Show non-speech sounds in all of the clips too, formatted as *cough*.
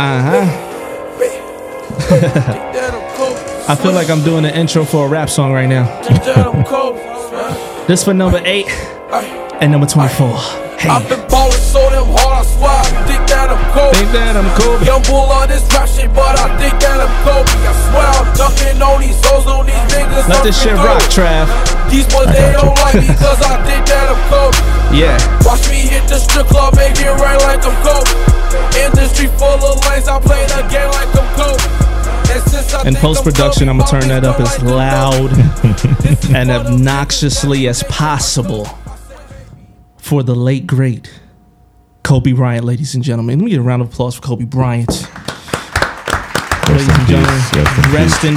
Uh-huh. I feel like I'm doing an intro for a rap song right now. This for number eight and number 24. I've Hey. been ballin' so damn hard, I swear I think that I'm Kobe. Think that I'm Kobe. Young bull on this rap shit, but I think that I'm Kobe. I swear I'm dunking on these hoes, on these niggas. *laughs* Let this shit I'm rock, Kobe. Trav. These boys, they got you. don't like me, cause I think that I'm Kobe. Yeah. Watch me hit the strip club, make it rain like I'm Kobe. Industry full of lanes, I play the game like I'm Kobe. And since I In think I'm post-production, I'ma Kobe, turn that up as loud *laughs* This is and for the obnoxiously as possible for the late great Kobe Bryant, ladies and gentlemen. Let me get a round of applause for Kobe Bryant. Ladies in and peace. gentlemen, Rest in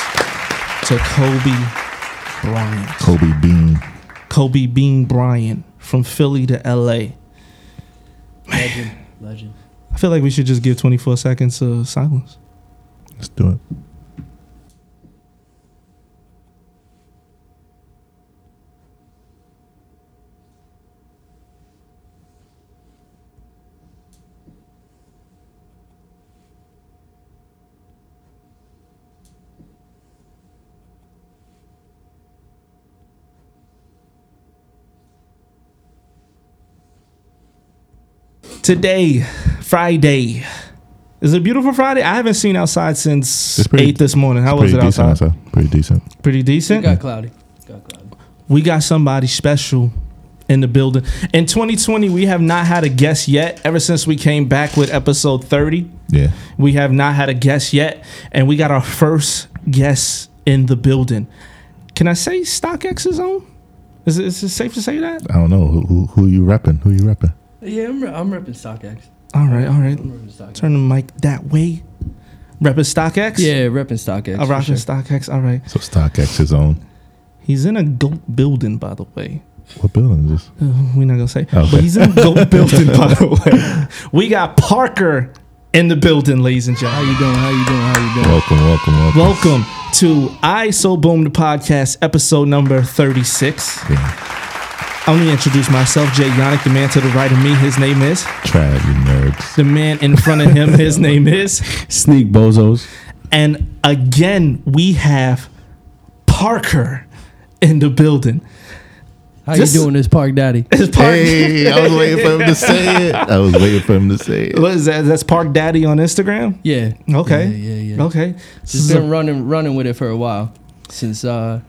rest in peace to Kobe Bryant. Kobe Bean. Kobe Bean Bryant from Philly to LA. Legend. Legend. I feel like we should just give 24 seconds of silence. Let's do it. Today, Friday. Is it a beautiful Friday? I haven't seen outside since It's pretty- 8 this morning. How It's was it pretty decent outside? outside. Pretty decent. Pretty It decent. got cloudy. It got cloudy. we got somebody special in the building. In 2020, we have not had a guest yet. Ever since we came back with episode 30, Yeah. we have not had a guest yet. And we got our first guest in the building. Can I say StockX is on? Is it, is it safe to say that? I don't know who who, who you repping. Who you repping? Yeah, I'm, re- I'm repping StockX. All right, all right. I'm repping StockX. Turn the mic that way. Reppin' StockX? yeah, repping StockX. A for rockin' sure. StockX. All right. So StockX is on. He's in a GOAT building, by the way. What building is this? Uh, we're not going to say. Okay. But he's in a GOAT *laughs* building, by the way. We got Parker in the building, ladies and How gentlemen. you doing? How you doing? How you doing? Welcome, welcome, welcome. Welcome to I So Boom the podcast, episode number 36. Yeah. I'm going to introduce myself, Jay Yannick, the man to the right of me. His name is. Trad, you nerds. The man in front of him, his name is. Sneak bozos. And again, we have Parker in the building. How This- you doing, this Park Daddy? It's Park, Hey, I was waiting for him to say it. I was waiting for him to say *laughs* it. what is that? That's Park Daddy on Instagram. Yeah. Okay. Yeah, yeah, yeah. Okay. Just So- been running, running with it for a while since, uh,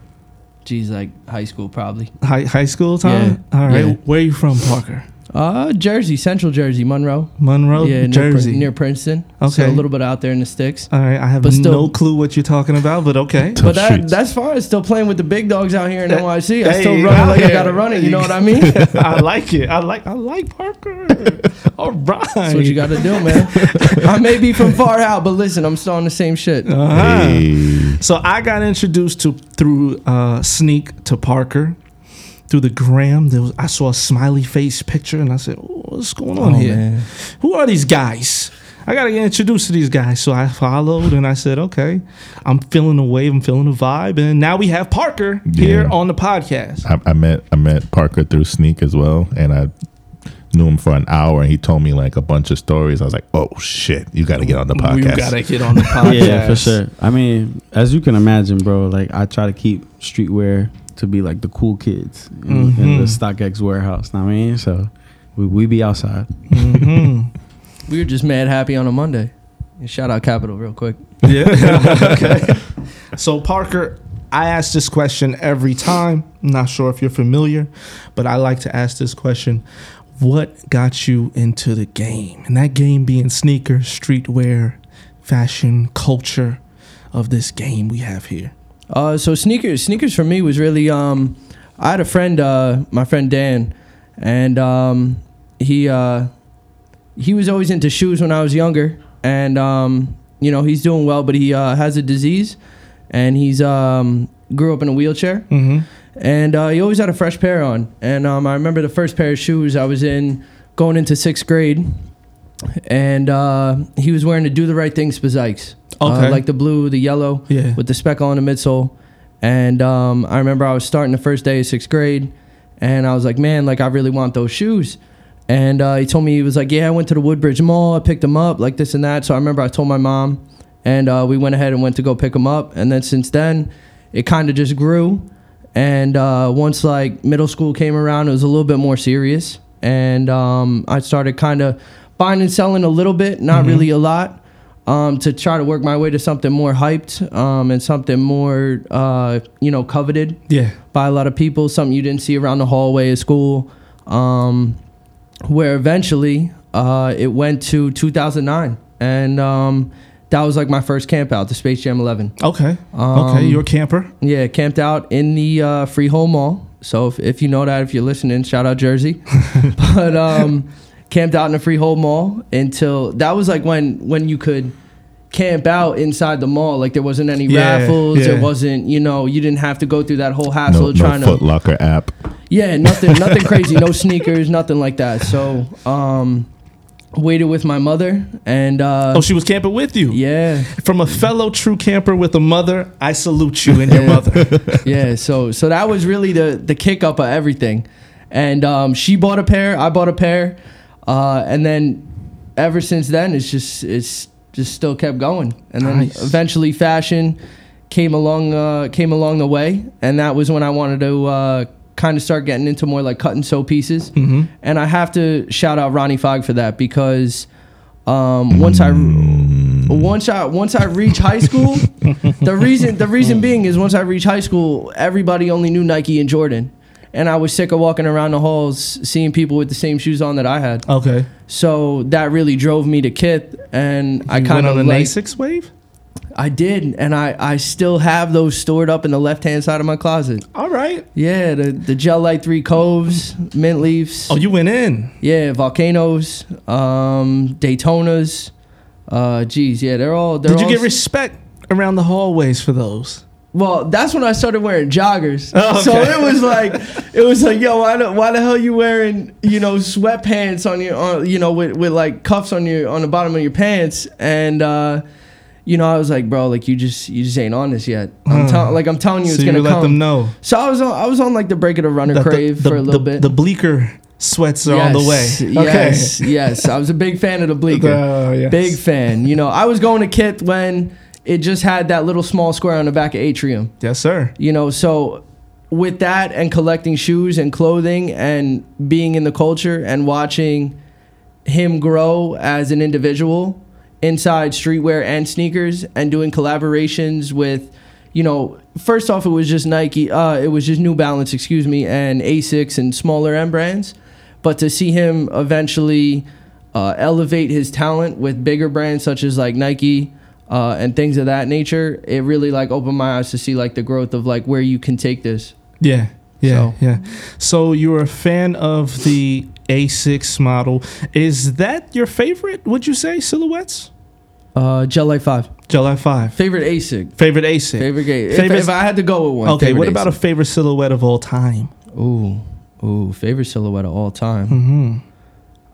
geez, like high school probably. high, high school time. Yeah, All right. yeah. Where are you from, Parker? Uh, Jersey, Central Jersey, Monroe. Monroe, yeah, near Jersey. Prin- near Princeton. Okay. so a little bit out there in the sticks. All right. I have But still- no clue what you're talking about, but *laughs* okay. Tough But that, streets. that's fine. Still playing with the big dogs out here in Hey, NYC. I still hey, run it like yeah. I gotta run it. You know what *laughs* I mean? That's I like it. I like. I like Parker. All right. That's what you gotta do, *laughs* man. I may be from far out, but listen, I'm still on the same shit. ah. Hey. Uh-huh. So I got introduced to through uh, Sneak to Parker through the gram. There was, I saw a smiley face picture and I said, "Ooh, "What's going on Oh, here? man. Who are these guys?" I gotta get introduced to these guys. So I followed and I said, okay, I'm feeling the wave, I'm feeling the vibe. And now we have Parker here Yeah. on the podcast. I, I met I met Parker through Sneak as well, and I knew him for an hour, and he told me like a bunch of stories. I was like, "Oh shit, you got to get on the We podcast." gotta get on the podcast. Yeah, for sure. I mean, as you can imagine, bro, like I try to keep streetwear to be like the cool kids in, in the Mhm. StockX warehouse. Know what I mean, so we, we be outside. Mhm. We were just mad happy on a Monday. And shout out Capital real quick. Yeah. *laughs* okay. So Parker, I ask this question every time. I'm not sure if you're familiar, but I like to ask this question. What got you into the game? And that game being sneakers, streetwear, fashion, culture of this game we have here. Uh, so sneakers, sneakers for me was really. Um, I had a friend, uh, my friend Dan, and um, he uh, he was always into shoes when I was younger, and um, you know he's doing well, but he uh, has a disease, and he's um, grew up in a wheelchair, Mm-hmm. and uh, he always had a fresh pair on, and um, I remember the first pair of shoes I was in going into sixth grade, and uh, he was wearing the Do the Right Thing Spazikes, uh, Okay. like the blue, the yellow Yeah. with the speckle on the midsole. And um, I remember I was starting the first day of sixth grade, and I was like, man, like I really want those shoes. And uh, he told me he was like, "Yeah, I went to the Woodbridge Mall. I picked him up, like this and that." So I remember I told my mom, and uh, we went ahead and went to go pick him up. And then since then, it kind of just grew. And uh, once like middle school came around, it was a little bit more serious, and um, I started kind of buying and selling a little bit, not really a lot, um, to try to work my way to something more hyped um, and something more, uh, you know, coveted Yeah. by a lot of people, something you didn't see around the hallway at school. Um, where eventually uh, it went to 2009, and um, that was like my first camp out, the Space Jam 11. Okay. Um, okay. You're a camper. Yeah, camped out in the uh, Freehold Mall. So if, if you know that, if you're listening, shout out Jersey. but um, camped out in the Freehold Mall until that was like when when you could camp out inside the mall. Like there wasn't any Yeah, raffles. yeah. There wasn't, you know, you didn't have to go through that whole hassle No, of trying no Foot to. Locker app. Yeah, nothing, nothing crazy. No sneakers, nothing like that. So um, waited with my mother and uh, Oh, she was camping with you. yeah. From a fellow true camper with a mother, I salute you and *laughs* your mother. yeah so so that was really the the kick up of everything and um she bought a pair i bought a pair uh and then ever since then it's just it's just still kept going and then Nice. eventually fashion came along uh came along the way and that was when i wanted to uh kind of start getting into more like cut and sew pieces mm-hmm. and i have to shout out ronnie fogg for that because um once i Mm, once I once I reach high school, the reason the reason being is once I reach high school, everybody only knew Nike and Jordan, and I was sick of walking around the halls seeing people with the same shoes on that I had. okay. So that really drove me to Kith, and I You kind went of on an like Asics wave. I did, and I I still have those stored up in the left hand side of my closet. All right. Yeah, the the Gel Light Three Coves, mint leaves. Oh, you went in. Yeah, volcanoes, um, Daytonas. Uh, geez, yeah, they're all. They're Did you all get respect around the hallways for those? Well, that's when I started wearing joggers. Oh, So okay. it *laughs* was like, it was like, yo, why the, why the hell you wearing, you know, sweatpants on your, on, you know, with, with like cuffs on your, on the bottom of your pants. And, uh, you know, I was like, bro, like you just, you just ain't on this yet. I'm tell- like, I'm telling you, So it's you gonna let come. them know So I was on, I was on like the break of the runner that the- crave the, for a little the- bit. The bleaker sweats are on the way. Yes, Yes, yes. I was a big fan of the bleaker. Oh, yes. Big fan. You know, I was going to Kith when it just had that little small square on the back of Atrium Yes, sir. you know so with that and collecting shoes and clothing and being in the culture and watching him grow as an individual inside streetwear and sneakers and doing collaborations with you know first off it was just nike uh, it was just new balance excuse me and asics and smaller end brands but to see him eventually uh, elevate his talent with bigger brands such as like nike uh, and things of that nature it really like opened my eyes to see like the growth of like where you can take this Yeah. Yeah. So- Yeah. So you were a fan of the A6 model. Is that your favorite, would you say, silhouettes? uh, gel light 5 July 5. favorite asic Favorite ASIC? favorite gate if, Favorite- if i had to go with one okay, favorite what about ASIC. a favorite silhouette of all time? Ooh, ooh, favorite silhouette of all time. Mm-hmm.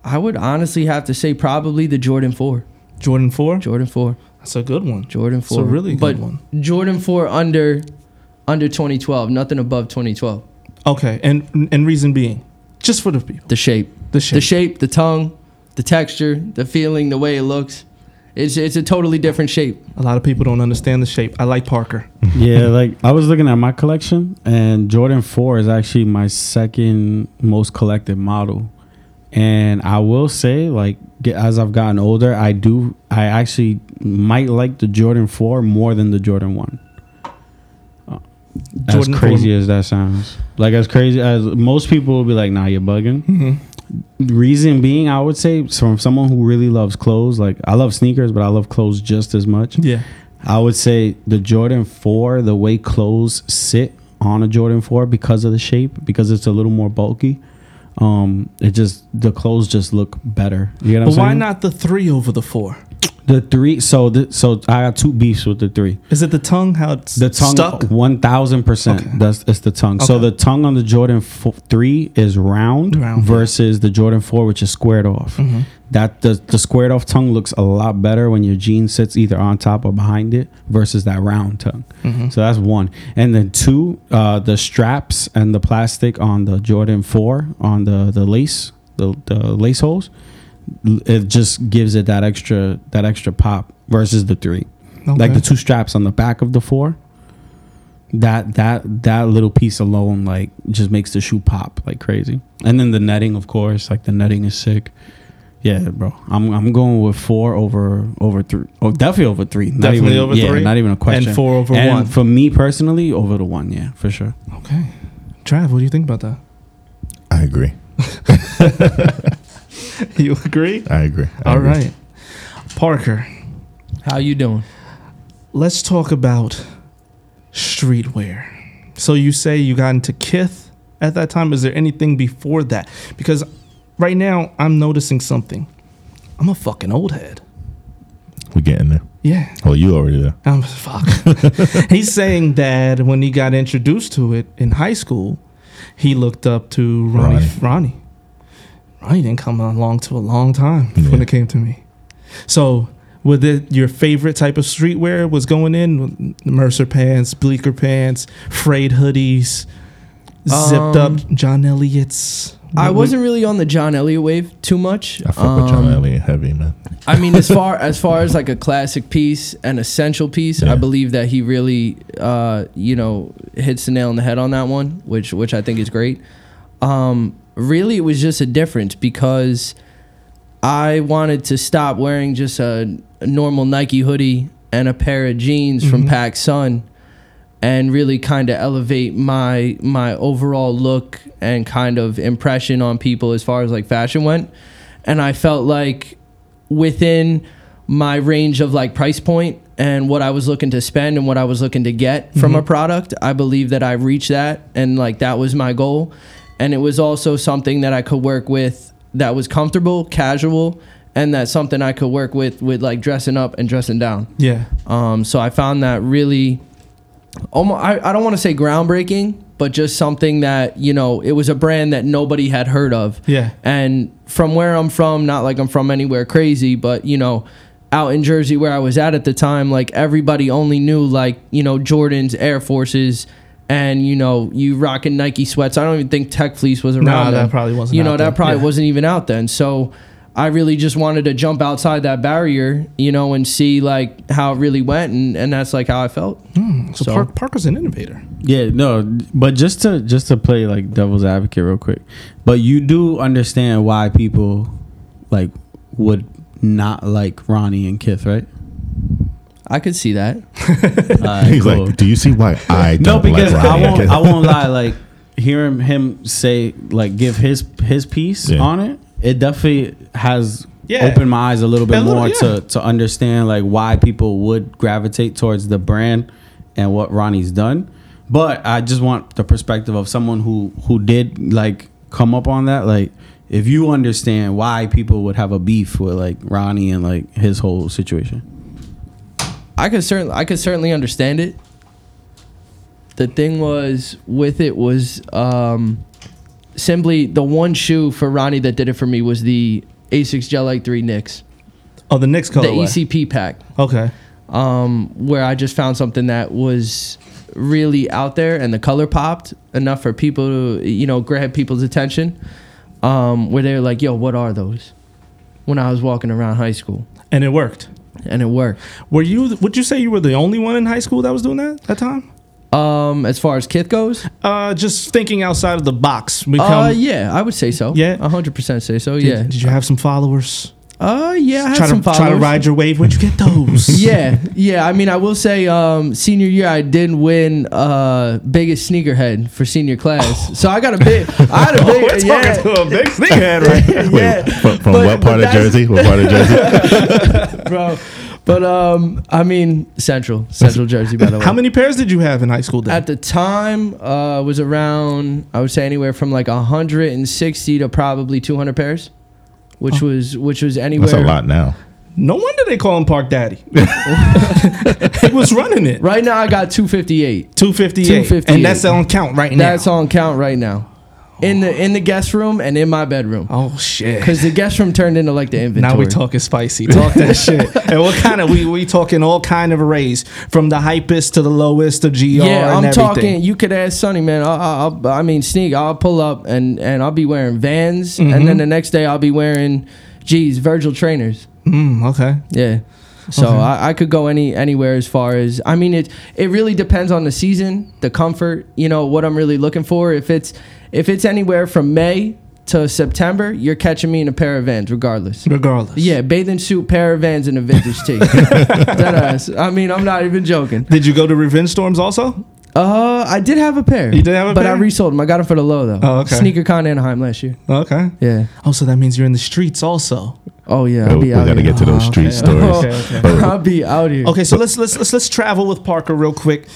I would honestly have to say probably the Jordan Four. Jordan 4? Jordan Four. That's a good one. Jordan a Four. really good but one. Jordan Four under under 2012. Nothing above 2012. Okay, and and reason being, just for the people, The shape, the shape. the shape, the tongue, the texture, the feeling, the way it looks. It's it's a totally different shape. a lot of people don't understand the shape. I like Parker. *laughs* *laughs* yeah, like I was looking at my collection, and Jordan Four is actually my second most collected model. And I will say, like ge- as I've gotten older, I do I actually might like the Jordan Four more than the Jordan One. Uh, As Jordan crazy as that sounds, like as crazy as most people will be like, "Nah, you're bugging." Mm-hmm. Reason being, I would say from someone who really loves clothes, like I love sneakers, but I love clothes just as much. Yeah, I would say the Jordan 4, the way clothes sit on a Jordan 4 because of the shape, because it's a little more bulky. Um, it just the clothes just look better. You know what but I'm why saying? not the three over the four? the three? So the, so I got two beefs with the three. Is it the tongue? How it's The tongue, stuck? one thousand percent. That's it's the tongue. So Okay. the tongue on the Jordan fo- three is Round, round, yeah. Mm-hmm. versus the Jordan four, which is squared off. That the, the squared off tongue looks a lot better when your jean sits either on top or behind it versus that round tongue. Mm-hmm. So that's one. And then two, uh, the straps and the plastic on the Jordan four on the the lace. the, the lace holes, l- it just gives it that extra that extra pop versus the three. Like the two straps on the back of the four. That that that little piece alone like just makes the shoe pop like crazy. And then the netting, of course, like the netting is sick. Yeah, bro. I'm I'm going with four over over three. Oh, definitely over three. Not Definitely even, over yeah, three? Not even a question. and four over And one. for me personally, over the one, yeah, for sure. okay, Trav, what do you think about that? I agree. *laughs* You agree? I agree. I All agree. right, Parker. How you doing? Let's talk about streetwear. So you say you got into Kith at that time. Is there anything before that? Because right now I'm noticing something. I'm a fucking old head. We're getting there. Yeah. Well, you already there. I'm fuck. *laughs* He's saying that when he got introduced to it in high school, he looked up to Ronnie. Ronnie, Ronnie, didn't come along to a long time when Yeah. it came to me. So, was it your favorite type of streetwear was going in Mercer pants, bleaker pants, frayed hoodies, zipped Um, up John Elliott's? I wasn't really on the John Elliott wave too much. I fuck with John Um, Elliott heavy, man. I mean, as far as far as like a classic piece, an essential piece, Yeah. I believe that he really, uh, you know, hits the nail on the head on that one, which which I think is great. Um, really, it was just a difference because I wanted to stop wearing just a, a normal Nike hoodie and a pair of jeans from Pac Sun, and really kind of elevate my my overall look and kind of impression on people as far as like fashion went. And I felt like within my range of like price point and what I was looking to spend and what I was looking to get from a product, I believe that I reached that and like that was my goal. And it was also something that I could work with that was comfortable, casual, and that's something I could work with with like dressing up and dressing down. Yeah. Um, so I found that really, almost, I, I don't want to say groundbreaking, but just something that, you know, it was a brand that nobody had heard of. Yeah. And from where I'm from, not like I'm from anywhere crazy, but, you know, out in Jersey where I was at at the time, like everybody only knew, like, you know, Jordan's Air Forces. And you know you rocking Nike sweats. I don't even think Tech Fleece was around. that then. probably wasn't You out know then. that probably Yeah. was wasn't even out then. So I really just wanted to jump outside that barrier, you know, and see like how it really went, and, and that's like how I felt. So, So- Park, Parker's an innovator. Yeah, no, but just to just to play like devil's advocate real quick, but you do understand why people like would not like Ronnie and Kith, right? I could see that. *laughs* He's like, do you see *laughs* why I don't no, because like I Ronnie won't. Atkins?" I *laughs* won't lie. Like hearing him say, like give his his piece Yeah. on it, it definitely has Yeah. opened my eyes a little bit A little- more yeah. to to understand like why people would gravitate towards the brand and what Ronnie's done. But I just want the perspective of someone who who did like come up on that. Like, if you understand why people would have a beef with like Ronnie and like his whole situation. I could certainly I could certainly understand it. The thing was with it was um, simply the one shoe for Ronnie that did it for me was the Asics Gel Light Three Knicks, Oh, the Knicks the E colorway. ECP pack. okay. um, where I just found something that was really out there and the color popped enough for people to, you know, grab people's attention. Um, where they were like, yo, what are those? When I was walking around high school. And it worked. And it worked. Were you? Would you say you were the only one in high school that was doing that at that time? Um, as far as Kith goes, Uh, just thinking outside of the box. Become, uh, yeah, I would say so. Yeah. A 100% say so, did, yeah. Did you have some followers? Uh, yeah, I had try some to try to followers. ride your wave. Where'd you get *laughs* those? yeah, yeah. I mean, I will say, um, senior year, I did win uh, biggest sneakerhead for *laughs* senior class. So I got a big, I had a big, We're talking yeah. to a big sneakerhead right *laughs* here. Wait, *laughs* yeah. from, from But- what but part of that's- Jersey? What part *laughs* of Jersey? bro. But um, I mean, Central, Central Jersey, by the *laughs* way. How many pairs did you have in high school then? At the time, uh, was around I would say anywhere from like 160 to probably 200 pairs, which was which was anywhere. That's a lot now. no wonder they call him Park *laughs* Daddy. he was running it. Right now, I got 258. 258. 258. And that's on count right now. That's on count right now. in the in the guest room and in my bedroom Oh shit. because the guest room turned into like the inventory. Now we talking spicy. Talk that shit. And what kind of we we talking all kind of arrays from the hypest to the lowest of GR Yeah, and I'm everything. talking. You could ask Sonny, man. I, I, I'll- I mean, sneak. I'll pull up and and I'll be wearing Vans, Mm-hmm. and then the next day I'll be wearing, geez, Virgil trainers. Mm, okay. Yeah. So I, I could go any anywhere as far as I mean it it really depends on the season, the comfort, you know, what I'm really looking for. If it's if it's anywhere from May to September, you're catching me in a pair of vans regardless. Regardless. Yeah, bathing suit, pair of vans and a vintage *laughs* tee. Dead ass. I mean, I'm not even joking. Did you go to Revenge Storms also? Uh I did have a pair. You did have a but pair? I resold them. I got them for the low though. Oh, okay. Sneaker Con Anaheim last year. Okay. Yeah. Oh, so that means you're in the streets also. Oh yeah. Oh, I'll we be out gotta here. get to *laughs* those Oh. street stories. okay, I'll be out here. Okay, so let's let's let's let's travel with Parker real quick.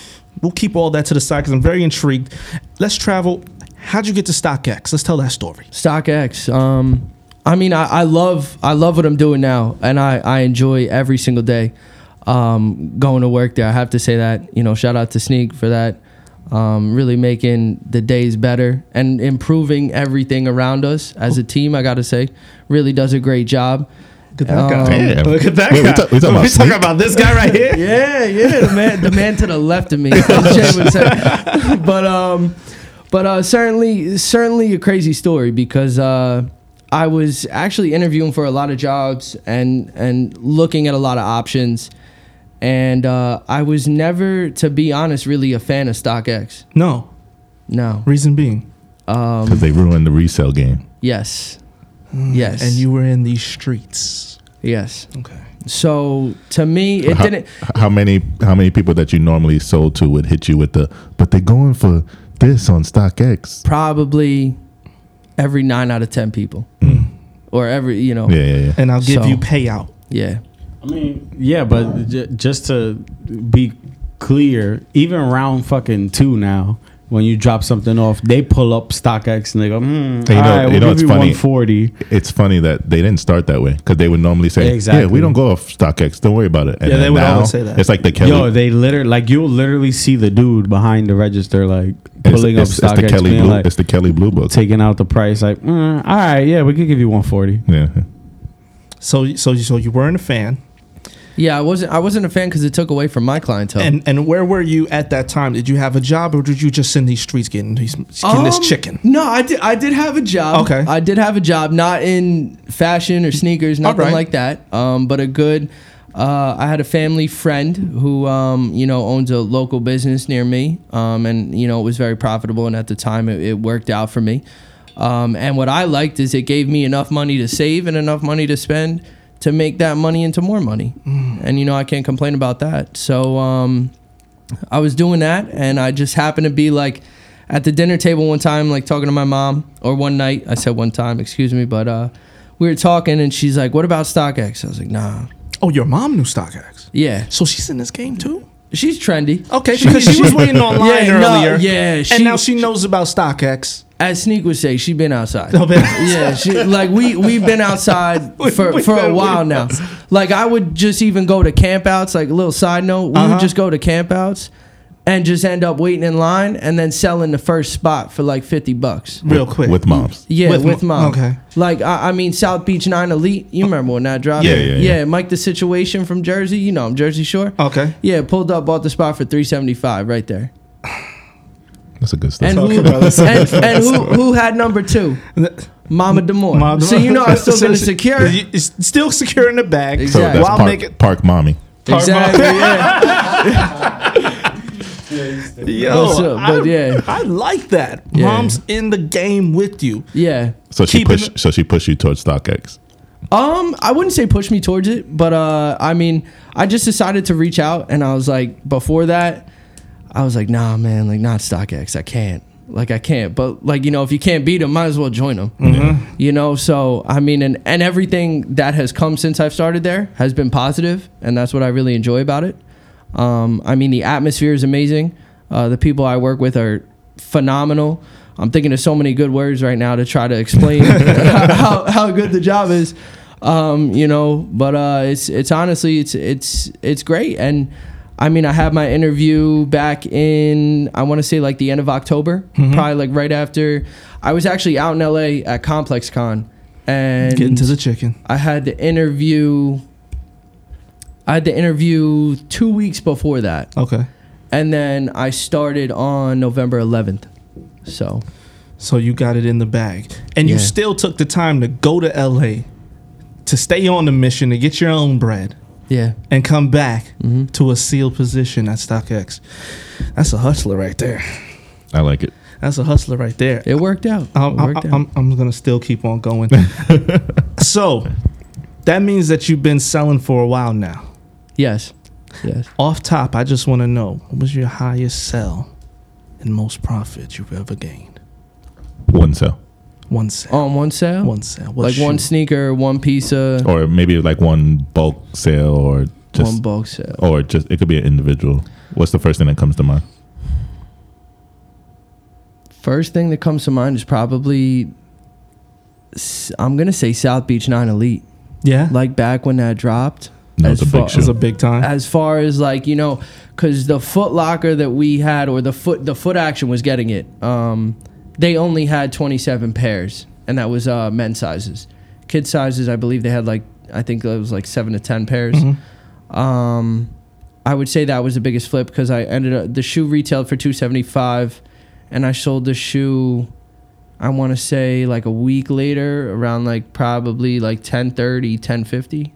We'll keep all that to the side because I'm very intrigued. Let's travel. How'd you get to StockX? Let's tell that story. StockX. Um, I mean, I, I love I love what I'm doing now, and I I enjoy every single day, um, going to work there. I have to say that you know, shout out to Sneak for that, um, really making the days better and improving everything around us as a team. I gotta say, really does a great job. Um, Look at that guy. Damn. Look at that Wait, we guy. talk- we talking about Sneak? about this guy right here. *laughs* Yeah, yeah, the man, the man to the left of me, as Jay would say. *laughs* But um, but uh, certainly, certainly a crazy story because uh, I was actually interviewing for a lot of jobs and and looking at a lot of options, and uh, I was never, to be honest, really a fan of StockX. No No. reason being, Um. Because they ruined the resale game. Yes. Yes. and you were in these streets. Yes. Okay. So to me, it how, didn't. How many how many people that you normally sold to would hit you with the but they're going for this on StockX? probably every nine out of ten people, or every you know, Yeah, yeah, yeah. And I'll give So- you payout. yeah. I mean, yeah, but j- just to be clear, even round fucking two now, when you drop something off, they pull up StockX and they go, you hmm, know- all right, you we'll know give it's you funny. 140. It's funny that they didn't start that way because they would normally say, Exactly. "Yeah, we don't go off StockX. Don't worry about it." And Yeah, they then would always say that. It's like the Kelly. Yo, they literally, like, you'll literally see the dude behind the register, like, it's, pulling it's, up it's the StockX, Kelly being Blue. like, it's the Kelly Blue Book. taking out the price, like, mm, all right, yeah, we could give you 140. yeah, So so so you weren't a fan. Yeah, I wasn't. I wasn't a fan because it took away from my clientele. And and where were you at that time? Did you have a job or did you just in these streets getting these getting this Um, chicken? No, I did. I did have a job. Okay. I did have a job, not in fashion or sneakers, nothing Alright. like that. Um, but a good. Uh, I had a family friend who, um, you know, owns a local business near me, um, and you know it was very profitable. And at the time, it, it worked out for me. Um, and what I liked is it gave me enough money to save and enough money to spend to make that money into more money. Mm. And you know, I can't complain about that. So. Um, I was doing that, and I just happened to be like at the dinner table one time, like talking to my mom, or one night. I said one time, excuse me, but uh, we were talking, and she's like, "What about StockX?" I was like, "Nah, Oh, your mom knew StockX. yeah, So she's in this game too. she's trendy." Okay, because *laughs* she was waiting online Yeah, no, earlier. yeah, and she- now she knows about StockX. As Sneak would say, she been outside. Oh, man. *laughs* yeah, she, like we we've been *laughs* outside We- for, we've for a been- while we've *laughs* now. Like I would just even go to campouts. Like a little side note, we Uh-huh. would just go to campouts and just end up waiting in line and then selling the first spot for like fifty bucks. Real quick. with moms. Yeah, With with, mo- mom. okay. Like I, I mean, South Beach Nine Elite. You remember when that dropped? Yeah, yeah, yeah. Mike, the situation from Jersey. You know, I'm Jersey Shore. Okay. Yeah, pulled up, bought the spot for three seventy five right there. That's a good stuff. And who, bro, and, *laughs* and who, who had number two? Mama Demore. Mom- So you know I'm *laughs* still gonna she- secure. it. you- it's Still secure in the bag. so Exactly. that's While park, making- park mommy. Exactly. Yeah. Yo, What's up? But I, yeah. I like that. Yeah. Mom's in the game with you. yeah. So she Keeping- pushed. So she pushed you towards StockX. Um, I wouldn't say push me towards it, but uh, I mean, I just decided to reach out, and I was like, before that, I was like, nah, man, like not StockX, I can't, like I can't. But like you know, if you can't beat them, might as well join them. You know, so I mean, and and everything that has come since I've started there has been positive, and that's what I really enjoy about it. Um, I mean, the atmosphere is amazing. Uh, the people I work with are phenomenal. I'm thinking of so many good words right now to try to explain *laughs* how, how good the job is. Um, you know, but uh, it's it's honestly it's it's it's great, and I mean, I had my interview back in I want to say like the end of October, probably like right after. I was actually out in LA at Complex Con, and Get into the chicken. I had the interview. I had the interview two weeks before that, Okay. and then I started on November 11th. So So you got it in the bag. And you Yeah. still took the time to go to LA to stay on the mission to get your own bread yeah, and come back Mm-hmm. to a sealed position at StockX. That's a hustler right there. I like it. That's a hustler right there. it worked out. I'm, it I'm, worked out. I'm, I'm gonna still keep on *laughs* going. so that means that you've been selling for a while now. yes, yes. Off top, I just want to know what was your highest sell and most profit you've ever gained? One sell. One sale. On one sale, One sale. What Oh. like one shoe? sneaker, one piece of Or maybe like one bulk sale or one Oh, just bulk sale. or just it could be an individual. What's the first thing that comes to mind? First thing that comes to mind is probably s- I'm gonna say South Beach Nine Elite. Yeah. Like, Like back when that dropped. That was As a far- big it was a shoe. big time. as far as like you know because the foot locker that we had or the foot the foot action was getting it um they only had 27 pairs and that was uh men's sizes kid sizes i believe they had like i think it was like seven to ten Mm-hmm. pairs Mm-hmm. um i would say that was the biggest flip because i ended up the shoe retailed for 275 and i sold the shoe i want to say like a week later around like probably like 1030 1050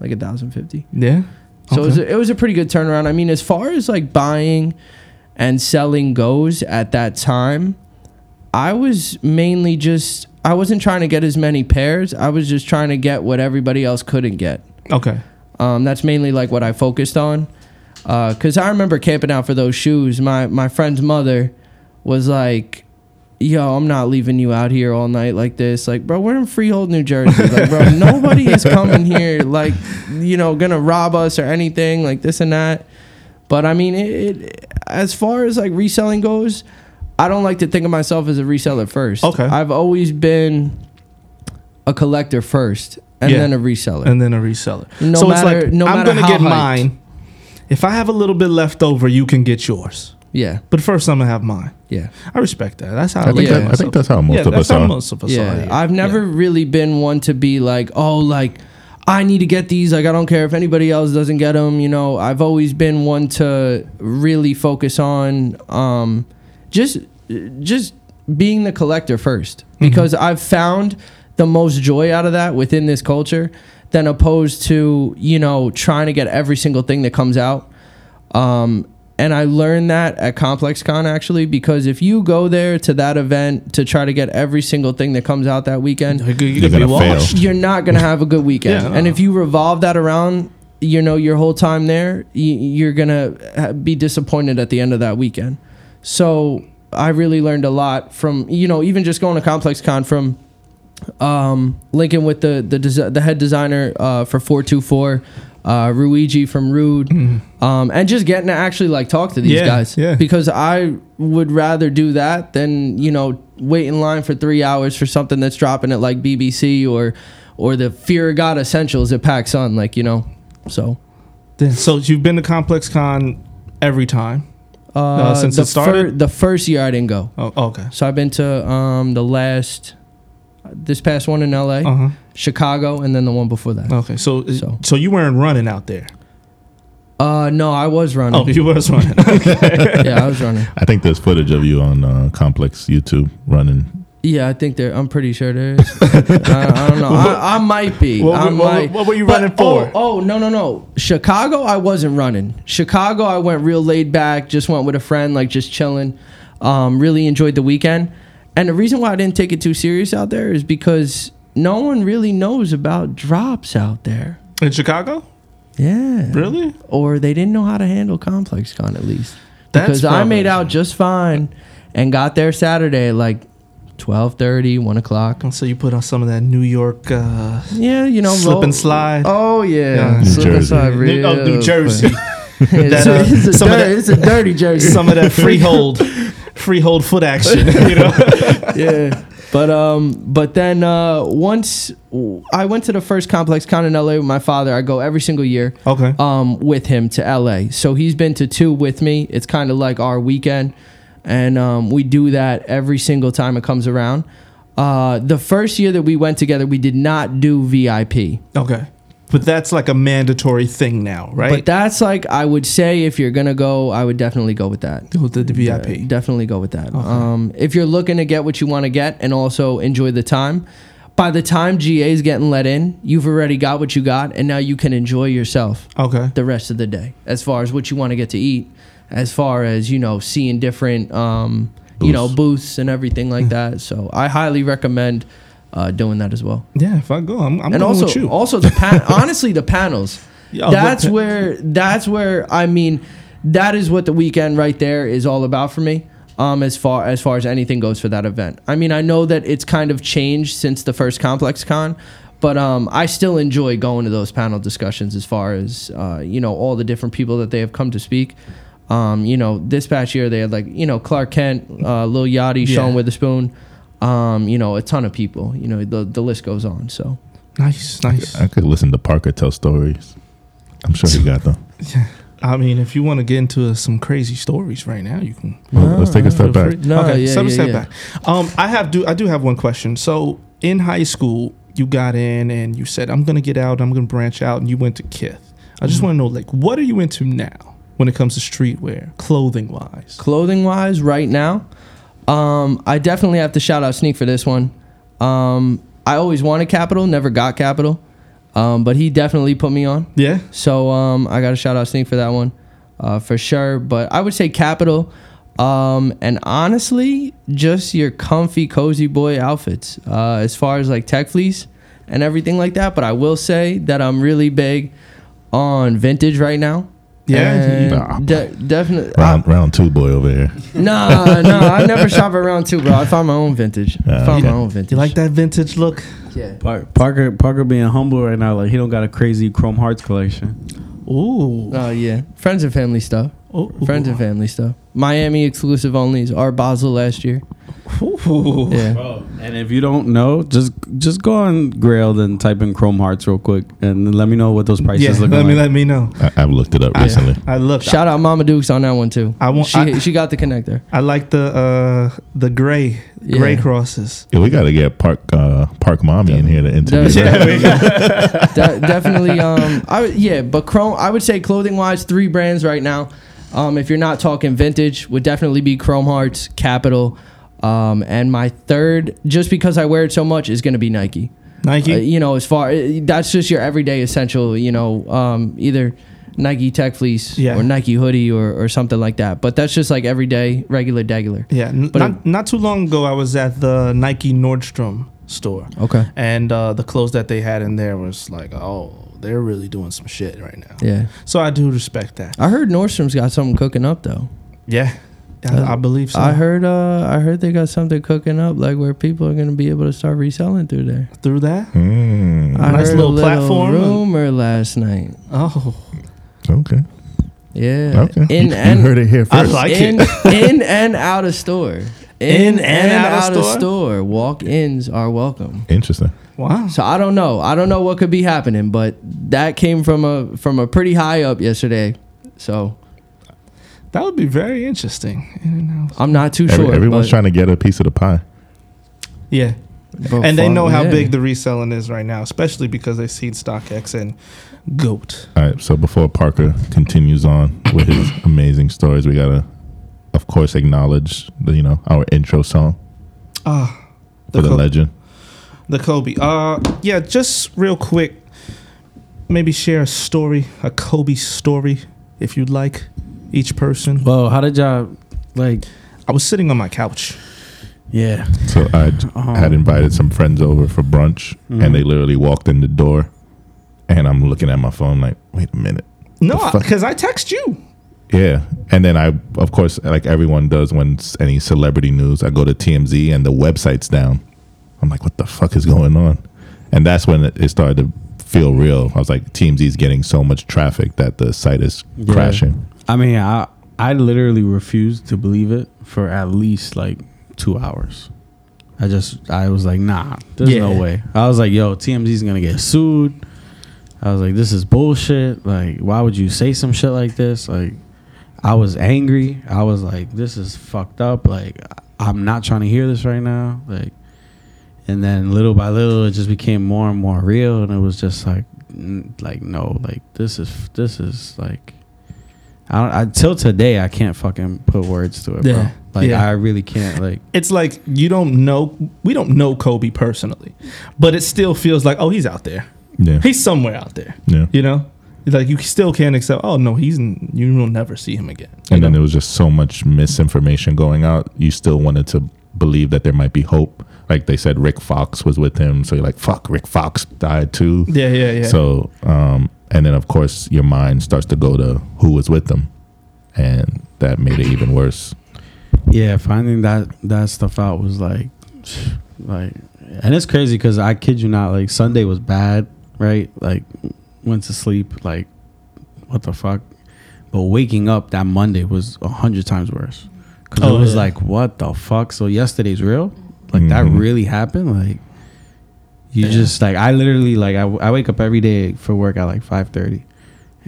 like a thousand fifty yeah. so it, was Okay. a, it was a pretty good turnaround. I mean, as far as like buying and selling goes at that time, I was mainly just I wasn't trying to get as many pairs. I was just trying to get what everybody else couldn't get. okay. Um, that's mainly like what I focused on. Because I remember camping out for those shoes. My my friend's mother was like, "Yo, I'm not leaving you out here all night like this. Like, bro, we're in Freehold, New Jersey. *laughs* Like, bro, nobody is coming here. Like, you know, gonna rob us or anything. Like this and that. But I mean, it, it as far as like reselling goes, I don't like to think of myself as a reseller first. Okay. I've always been a collector first, and Yeah. then a reseller. And then a reseller. No so matter- it's like no I'm matter gonna how get hyped. mine. If I have a little bit left over, you can get yours. yeah, But first, I'm gonna have mine. yeah. I respect that. That's how I think, Yeah. that, I think that's how most yeah, of that's us how are. most of us are. yeah, I've never Yeah. really been one to be like, oh, like I need to get these. Like I don't care if anybody else doesn't get them. You know, I've always been one to really focus on um, just just being the collector first because I've found the most joy out of that within this culture than opposed to you know trying to get every single thing that comes out. Um, and I learned that at Complex Con actually because if you go there to that event to try to get every single thing that comes out that weekend, You're, You're gonna be gonna fail. washed. you're not gonna have a good weekend. Yeah, no. And if you revolve that around, you know, your whole time there, y- you're gonna ha- be disappointed at the end of that weekend. So I really learned a lot from you know even just going to Complex Con from um, linking with the the desi- the head designer uh, for four two four. Uh, Ruigi from Rude, um, and just getting to actually like talk to these Mm-hmm. Yeah, guys yeah. because I would rather do that than you know wait in line for three hours for something that's dropping at like BBC or or the Fear of God Essentials at Pac Sun, like you know. So Then- So you've been to Complex Con every time. uh, since the it started? the first year I didn't go, Oh, okay. so I've been to um, the last this past one in L.A., Uh huh. Chicago, and then the one before that. Okay. So, uh, so So. you weren't running out there. Uh, no, I was running. Oh, you was running. *laughs* yeah, I was running. I think there's footage of you on uh, Complex YouTube running. Yeah, I think there. I'm pretty *laughs* sure there is. I, I don't know. I, I might be. What I were- what were- might. what were you But- running for? Oh, oh, no, no, no. Chicago, I wasn't running. Chicago, I went real laid back. Just went with a friend, like just chilling. Um, really enjoyed the weekend. And the reason why I didn't take it too serious out there is because no one really knows about drops out there. in Chicago? Yeah. Really? Or they didn't know how to handle complex con at least. That's because I probably- made out just fine and got there Saturday at like 12:30, 1 o'clock. So you put on some of that New York uh, Yeah, you know, slip roll- and slide. Oh yeah, Yeah. New slip and Jersey. slide. New, oh, New real Jersey. *laughs* quick. it's, uh, a, it's a some of dirty, that- it's *laughs* a dirty Jersey. *laughs* some of that freehold, freehold foot action. You know. yeah. But um, but then uh, once I went to the first complex con in LA with my father, I go every single year. Okay. Um, with him to LA, so he's been to two with me. It's kind of like our weekend, and um, we do that every single time it comes around. Uh, the first year that we went together, we did not do VIP. Okay. But that's like a mandatory thing now, But right? that's like I would say if you're gonna go, I would definitely go with that. Go to the Yeah, VIP. definitely go with that. Um, if you're looking to get what you want to get and also enjoy the time, by the time GA is getting let in, you've already got what you got, and now you can enjoy yourself Okay. the rest of the day as far as what you want to get to eat, as far as you know, seeing different um, you know booths and everything like that. So I highly recommend uh, doing that as well. Yeah, if I go, I'm, I'm and going also, with you. also *laughs* the pan- honestly the panels. Yeah, the that's pa- where that's where I mean, that is what the weekend right there is all about for me. Um, as far as far as anything goes for that event. I mean, I know that it's kind of changed since the first Complex Con, but um, I still enjoy going to those panel discussions. As far as uh, you know, all the different people that they have come to speak. Um, you know, this past year they had like you know Clark Kent, uh, Lil Yachty, Yeah. Sean Witherspoon. Um, you know, a ton of people. You know, the the list goes on. So. nice, nice. I could listen to Parker tell stories. I'm sure he *laughs* got them. I mean, if you want to get into some crazy stories right now, you can. Well, let's take a step Ah, feel back. free. No, okay, yeah, step, yeah, step yeah. back. Um, I have do I do have one question. So in high school, you got in and you said, "I'm gonna get out. I'm gonna branch out," and you went to Kith. I just want to know, like, what are you into now when it comes to streetwear, clothing wise? clothing wise right now um i definitely have to shout out sneak for this one um i always wanted capital never got capital um but he definitely put me on Yeah. so um i gotta shout out sneak for that one uh for sure but i would say capital um and honestly just your comfy cozy boy outfits uh as far as like tech fleece and everything like that but i will say that i'm really big on vintage right now Yeah, you- Nah. definitely Round, round two boy over here. no, no, I never shop around too, bro. I found my own vintage. Ah, found okay. my own vintage. Uh, You like that vintage look? Yeah. Par- Parker Parker being humble right now, like he don't got a crazy Chrome Hearts collection. Ooh. Oh yeah, friends and family stuff. Ooh. Friends and family stuff. Miami exclusive onlys. Our Basel last year. Ooh. Yeah. Bro, and if you don't know, just just go on Grail and type in Chrome Hearts real quick, and let me know what those prices Yeah. look Let like. me let me know. I, I've looked it up recently. I look. Shout out Mama Dukes on that one too. I want- She I- she got the *laughs* connector. I like the uh the gray gray Yeah. crosses. Yeah, we got to get Park uh, Park Mommy in here to interview. Does- her. *laughs* De- definitely. Um. I would- yeah, but Chrome. I would say clothing wise, three brands right now. Um, if you're not talking vintage, would definitely be Chrome Hearts, Capital, um, and my third, just because I wear it so much, is gonna be Nike. Nike. Uh, you know, as far uh, that's just your everyday essential. You know, um, either Nike Tech Fleece Yeah. or Nike hoodie or, or something like that. But that's just like everyday, regular, degular. yeah. n- but not it- not too long ago, I was at the Nike Nordstrom store. Okay. and uh, the clothes that they had in there was like, oh, they're really doing some shit right now. Yeah, So I do respect that. I heard Nordstrom's got something cooking up though. Yeah, I, I believe so. I heard, uh, I heard they got something cooking up, like where people are gonna be able to start reselling through there. through that. *laughs* Mm, I Nice heard little a little platform. rumor last night. Oh, okay. Yeah, Okay. *laughs* in you, and you heard it here I first. like- in, *laughs* in and out of store. In and out of store? store. Walk ins are welcome. Interesting. wow. So I don't know. I don't know what could be happening, but that came from a from a pretty high up yesterday. So That would be very interesting. In and out. I'm not too Every- sure. everyone's trying to get a piece of the pie. Yeah, Oh, trying, and they know how big the reselling is right now, especially because they seen StockX and Goat. All right. So before Parker continues on with his amazing stories, we gotta, of course, acknowledge the, you know our intro song Ah, for the Kobe- legend. the Kobe. Uh, yeah, just real quick, maybe share a story, a Kobe story, if you'd like. Each person. Well, how did y'all like? I was sitting on my couch. Yeah, So I j- had invited some friends over for brunch, and they literally walked in the door, and I'm looking at my phone like, wait a minute. The No, fuck? because I text you. Yeah, and then I, of course, like everyone does when s- any celebrity news, I go to TMZ and the website's down. I'm like, what the fuck is going on? And that's when it it started to feel real. I was like, TMZ is getting so much traffic that the site is Yeah. crashing. I mean, I I literally refused to believe it for at least like two hours. I just I was like, nah, there's no Yeah. way. I was like, yo, TMZ's gonna get sued. I was like, this is bullshit. Like, why would you say some shit like this? Like, I was angry. I was like, this is fucked up. Like, I'm not trying to hear this right now. Like, and then little by little, it just became more and more real, and it was just like, n- like no, like this is this is like, I don't. I, till today, I can't fucking put words to it, bro. Yeah. Like, Yeah. I really can't. Like. It's like you don't know. We don't know Kobe personally, but it still feels like oh, he's out there. Yeah. He's somewhere out there. Yeah. You know, like you still can't accept. Oh no, he's n- you will never see him again. You and then know? there was just so much misinformation going out. You still wanted to believe that there might be hope. Like they said, Rick Fox was with him, so you're like, "Fuck, Rick Fox died too." yeah, yeah, yeah. So, um, and then of course your mind starts to go to who was with them, and that made it even worse. Yeah, finding that that stuff out was like, like, and it's crazy because I kid you not, like Sunday was bad, right? Like, went to sleep, like, what the fuck? But waking up that Monday was a hundred times worse because Oh, it was yeah. like, what the fuck? So yesterday's real, like Mhm. that really happened, like. You just like I literally like I, I wake up every day for work at like five thirty,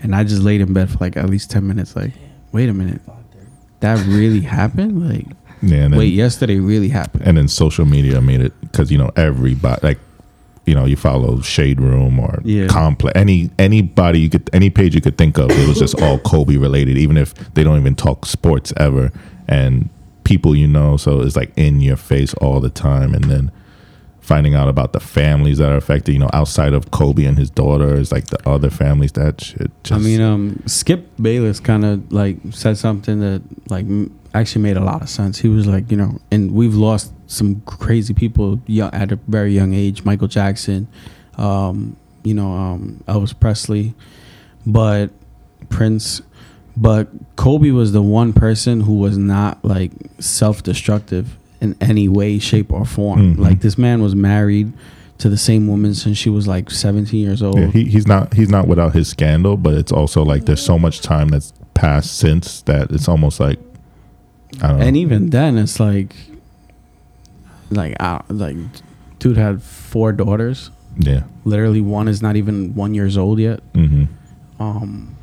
and I just laid in bed for like at least ten minutes. Like, wait a minute, that really happened? Like, Yeah, and then, wait, yesterday really happened. and then social media made it because you know everybody like. You know, you follow Shade Room or Yeah. Complex, any anybody you could, any page you could think of. It was just all Kobe related, even if they don't even talk sports ever. And people you know, so it's like in your face all the time. And then finding out about the families that are affected. You know, outside of Kobe and his daughter, is like the other families. That shit. Just, I mean, um, Skip Bayless kind of like said something that like m- actually made a lot of sense. He was like, you know, and we've lost some crazy people yo- at a very young age. Michael Jackson, um, you know, um, Elvis Presley, but Prince. But Kobe was the one person who was not like self-destructive in any way, shape, or form. Mhm. Like this man was married to the same woman since she was like 17 years old. Yeah, he, he's not he's not without his scandal, but it's also like there's so much time that's passed since that it's almost like I don't know. And even then, it's like, like, uh, like, dude had four daughters. yeah. Literally, one is not even one years old yet. hmm Um,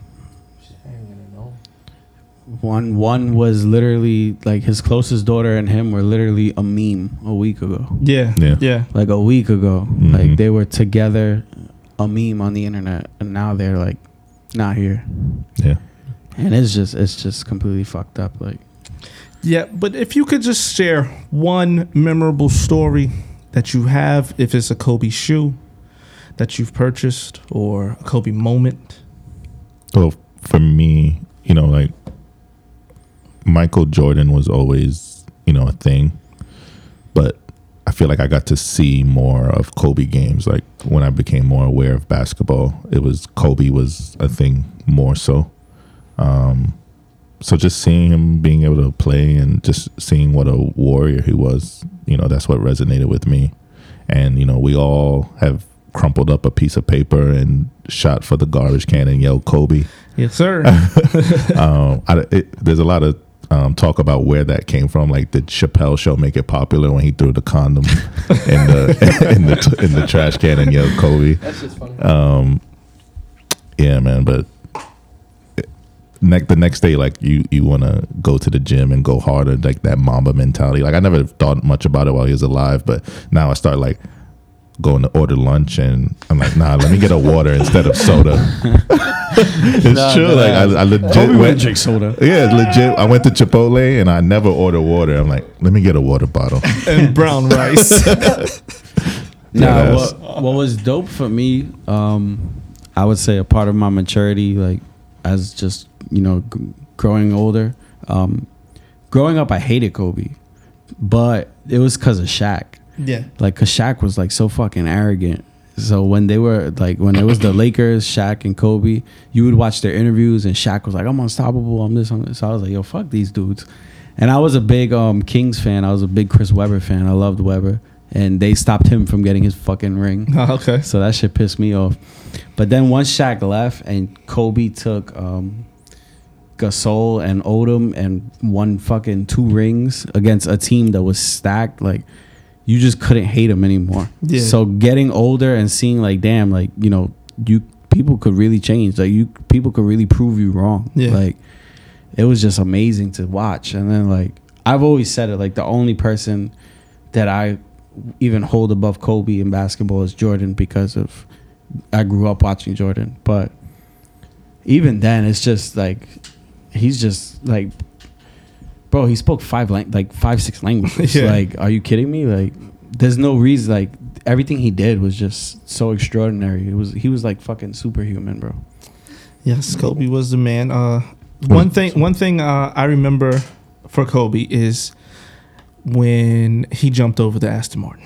one one was literally like his closest daughter and him were literally a meme a week ago. yeah, yeah, Yeah. yeah. Like a week ago, Mhm. like they were together, a meme on the internet, and now they're like not here. Yeah. And it's just it's just completely fucked up. Like Yeah, but if you could just share one memorable story that you have, if it's a Kobe shoe that you've purchased or a Kobe moment. Well, for me, you know, like Michael Jordan was always, you know, a thing, but I feel like I got to see more of Kobe games. Like when I became more aware of basketball, it was Kobe was a thing more so. Um, so just seeing him being able to play and just seeing what a warrior he was, you know, that's what resonated with me. And you know, we all have crumpled up a piece of paper and shot for the garbage can and yelled Kobe Yes, sir. *laughs* um, I, it, there's a lot of um, talk about where that came from. Like, did Chappelle show make it popular when he threw the *laughs* condom in the *laughs* in the in the trash can and yelled Kobe? That's just funny. Um, yeah, man. But it- ne- the next day, like you you want to go to the gym and go harder, like that Mamba mentality. Like I never thought much about it while he was alive, but now I start like going to order lunch and I'm like, nah, let me get a water instead of soda. it's true. like I, I legit went, drink soda. yeah, legit. I went to Chipotle and I never order water. I'm like, let me get a *laughs* water bottle. and brown rice. *laughs* Nah, Yes. what, what was dope for me, um, I would say a part of my maturity, like as just you know, g- growing older. Um, growing up, I hated Kobe, but it was because of Shaq. yeah. Like, cause Shaq was like so fucking arrogant. So when they were like, when it was the Lakers, Shaq and Kobe, you would watch their interviews, and Shaq was like, "I'm unstoppable. I'm this. I'm this." So I was like, "Yo, fuck these dudes." And I was a big um, Kings fan. I was a big Chris Webber fan. I loved Webber, and they stopped him from getting his fucking ring. Ah, okay. So that shit pissed me off. But then once Shaq left and Kobe took um, Gasol and Odom and won fucking two rings against a team that was stacked, like you just couldn't hate him anymore. Yeah. So getting older and seeing like, damn, like you know, you people could really change. Like you people could really prove you wrong. Yeah. Like it was just amazing to watch. And then like I've always said it, like the only person that I even hold above Kobe in basketball is Jordan because of I grew up watching Jordan. But even then, it's just like he's just like, bro, he spoke five lang- like five six languages. *laughs* Yeah. Like, are you kidding me? Like, there's no reason. Like everything he did was just so extraordinary. It was he was like fucking superhuman, bro. Yes, Kobe was the man. Uh, one thing, one thing uh, I remember for Kobe is when he jumped over the Aston Martin.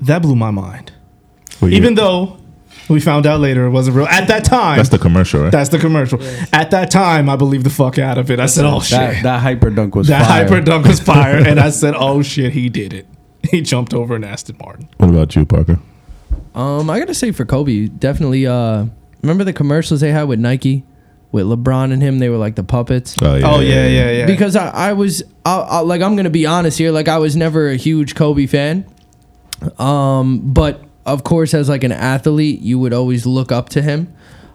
That blew my mind. Well, you- Even though we found out later it wasn't real at that time. that's the commercial, right? That's the commercial. At that time, I believed the fuck out of it. I said, "Oh That shit!" that hyper dunk was That fire. hyper dunk was fire, and I said, "Oh shit, he did it." *laughs* He jumped over an Aston Martin. what about you, Parker? Um, I gotta say for Kobe, definitely. Uh, remember the commercials they had with Nike, with LeBron and him? They were like the puppets. oh yeah, yeah, yeah. Because I, I was, I, I, like, I'm gonna be honest here. Like, I was never a huge Kobe fan. Um, but of course, as like an athlete, you would always look up to him.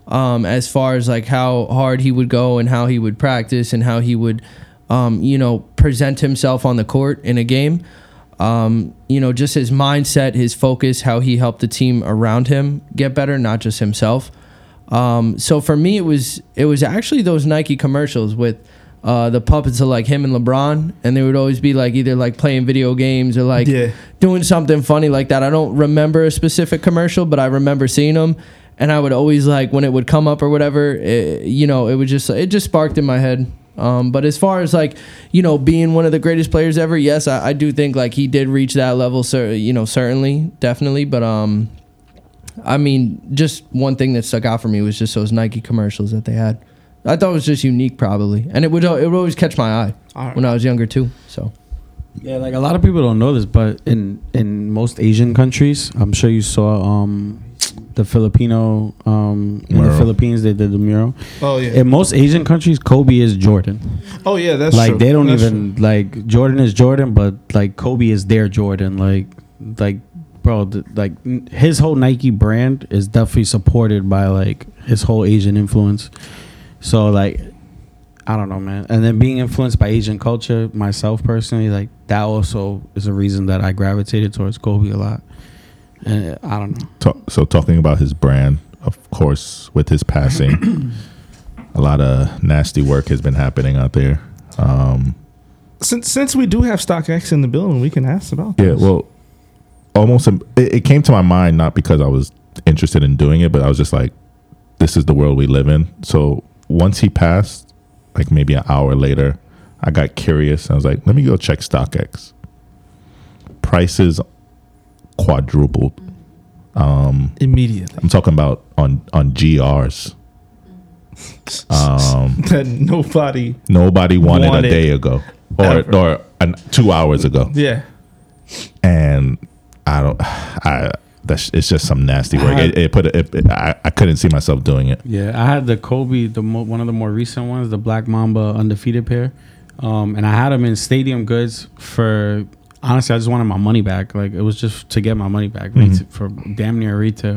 Um, as far as like how hard he would go and how he would practice and how he would, um, you know, present himself on the court in a game. Um, you know, just his mindset, his focus, how he helped the team around him get better, not just himself. Um, so for me, it was it was actually those Nike commercials with uh, the puppets of like him and LeBron, and they would always be like either like playing video games or like Yeah. doing something funny like that. I don't remember a specific commercial, but I remember seeing them, and I would always like when it would come up or whatever. It, you know, it would just it just sparked in my head. Um, but as far as like you know being one of the greatest players ever, yes, I, I do think like he did reach that level. So you know, certainly, definitely, but um. I mean, just one thing that stuck out for me was just those Nike commercials that they had. I thought it was just unique, probably, and it would it would always catch my eye All right. when I was younger too. So Yeah, like a lot of people don't know this, but in in most Asian countries, I'm sure you saw um the Filipino um in the Mural. Philippines they did the mural. oh yeah. In most Asian countries, Kobe is Jordan. Oh yeah. That's like true. they don't That's true. even like Jordan is Jordan, but like Kobe is their Jordan. Like like bro, th- like n- his whole Nike brand is definitely supported by like his whole Asian influence. So like I don't know, man. And then being influenced by Asian culture myself personally, like that also is a reason that I gravitated towards Kobe a lot. And uh, I don't know. Talk, so talking about his brand, of course, with his passing, *clears throat* a lot of nasty work has been happening out there. Um, Since since we do have StockX in the building, we can ask about. yeah, this. well, almost im- it, it came to my mind not because I was interested in doing it, but I was just like, this is the world we live in. So once he passed, like maybe an hour later, I got curious. and I was like, let me go check StockX. Prices quadrupled. Um, immediately. I'm talking about on on GRs. Um, *laughs* that nobody. nobody wanted, Wanted. a day ago or Ever. or an, two hours ago, Yeah. and I don't. *sighs* I that's it's just some nasty work. It, it put it, it- I I couldn't see myself doing it. Yeah, I had the Kobe, the mo- one of the more recent ones, the Black Mamba undefeated pair, um, and I had them in Stadium Goods for. Honestly, I just wanted my money back. Like it was just to get my money back Mm-hmm. reta- for damn near retail.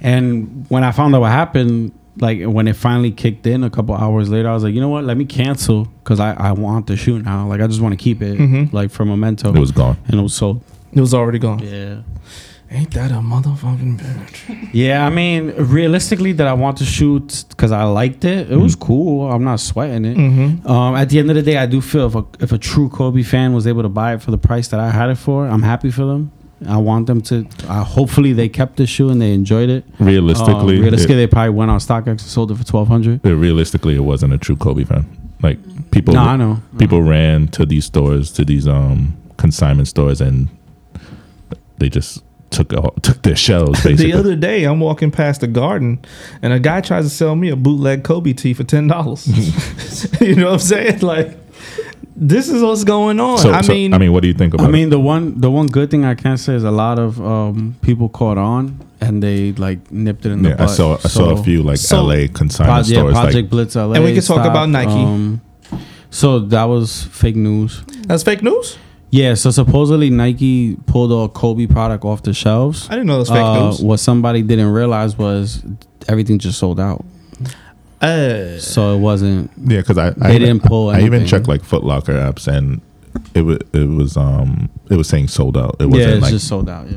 And when I found out what happened, like when it finally kicked in a couple hours later, I was like, you know what? Let me cancel because I, I want the shoe now. Like I just want to keep it, like for memento. Mm-hmm. It was gone. and it was sold. It was already gone. Yeah. Ain't that a motherfucking bitch? Yeah, I mean, realistically, that I want to shoot because I liked it. It was Mm. cool. I'm not sweating it. Mm-hmm. Um, at the end of the day, I do feel if a, if a true Kobe fan was able to buy it for the price that I had it for, I'm happy for them. I want them to. I hopefully, they kept the shoe and they enjoyed it. Um, Realistically, realistically, it, they probably went on StockX and sold it for twelve hundred. it- realistically, it wasn't a true Kobe fan. Like people, No, I know. people ran to these stores, to these um consignment stores, and they just took all, took their *laughs* shells. the Basically, other day, I'm walking past the garden, and a guy tries to sell me a bootleg Kobe tee for ten dollars. *laughs* you know what I'm saying? Like, this is what's going on. so, I, so, mean, I mean, what do you think about? I it? mean, the one the one good thing I can say is a lot of um, people caught on and they like nipped it in the Yeah, I butt. saw I saw a So- few like So- LA consignment Project, stores. Project like, Blitz LA. And we can talk stopped, about Nike. um, so that was fake news. that's fake news. Yeah, so supposedly Nike pulled a Kobe product off the shelves. I didn't know those fake Uh, news. What somebody didn't realize was everything just sold out, Uh, so it wasn't. Yeah, because I I They even, didn't pull I even anything. checked like Foot Locker apps, and it was it was um it was saying sold out. It Yeah, wasn't it's like just sold out. Yeah,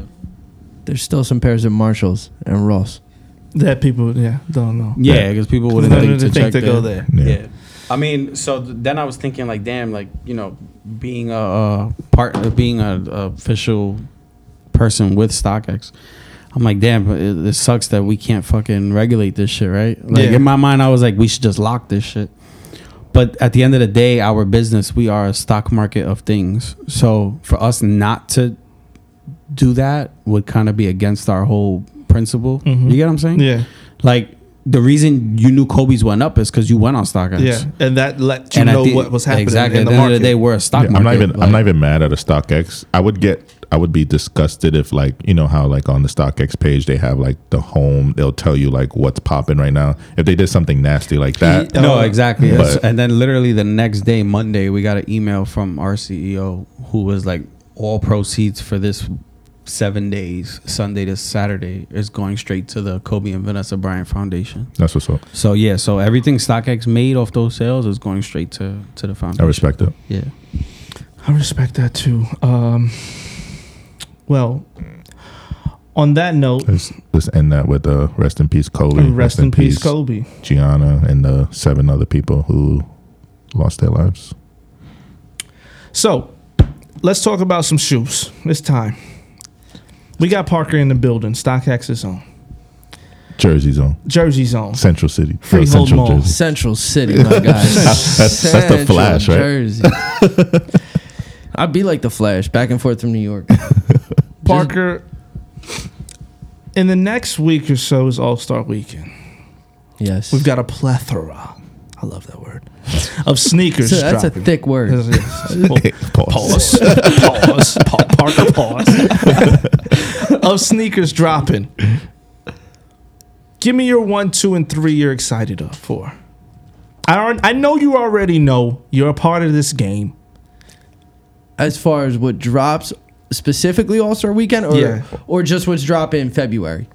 There's still some pairs of Marshalls and Ross. that people, yeah, don't know. yeah, because people They wouldn't don't think to even think check to that. go there. yeah. Yeah. I mean, so th- then I was thinking, like, damn, like you know, being a, a part, being a, a official person with StockX, I'm like, damn, but it, it sucks that we can't fucking regulate this shit, right? Like Yeah. in my mind, I was like, we should just lock this shit. But at the end of the day, our business, we are a stock market of things. So for us not to do that would kind of be against our whole principle. Mhm. You get what I'm saying? Yeah, Like the reason you knew Kobe's went up is because you went on StockX yeah, and that let you at know the- what was happening Exactly. in the at the, end market. of the day, we're a stock Yeah, I'm market. not even like- I'm not even mad at a StockX. I would get I would be disgusted if like you know how like on the StockX page they have like the home they'll tell you like what's popping right now. If they did something nasty like that, No, Oh, exactly. yeah. That's- But- and then literally the next day, Monday, we got an email from our CEO who was like, "All proceeds for this seven days, Sunday to Saturday, is going straight to the Kobe and Vanessa Bryant Foundation." that's what's up. So yeah, so everything StockX made off those sales is going straight to to the I foundation. respect it. Yeah. I respect that too. Um, well, on that note, Let's, let's end that with uh, rest in peace Kobe. rest in peace, Kobe. Gianna and the seven other people who lost their lives. So, let's talk about some shoes. It's time. We got Parker in the building. StockX is on. Jersey Zone, Jersey's on. Central City, Uh, Freehold Central Mall. Jersey. Central City, my guys. that's- that's the Flash, right? Jersey. I'd be like the Flash, back and forth from New York. Parker, in the next week or so is All Star Weekend. Yes. We've got a plethora. I love that word of sneakers. So *laughs* that's a dropping. thick word. Pause. *laughs* pause, pause, pa- Parker, pause. *laughs* of sneakers dropping. Give me your one, two, and three you're excited of for. I alre- I know you already know you're a part of this game. As far as what drops specifically All Star Weekend, or Yeah. or just what's dropping in February.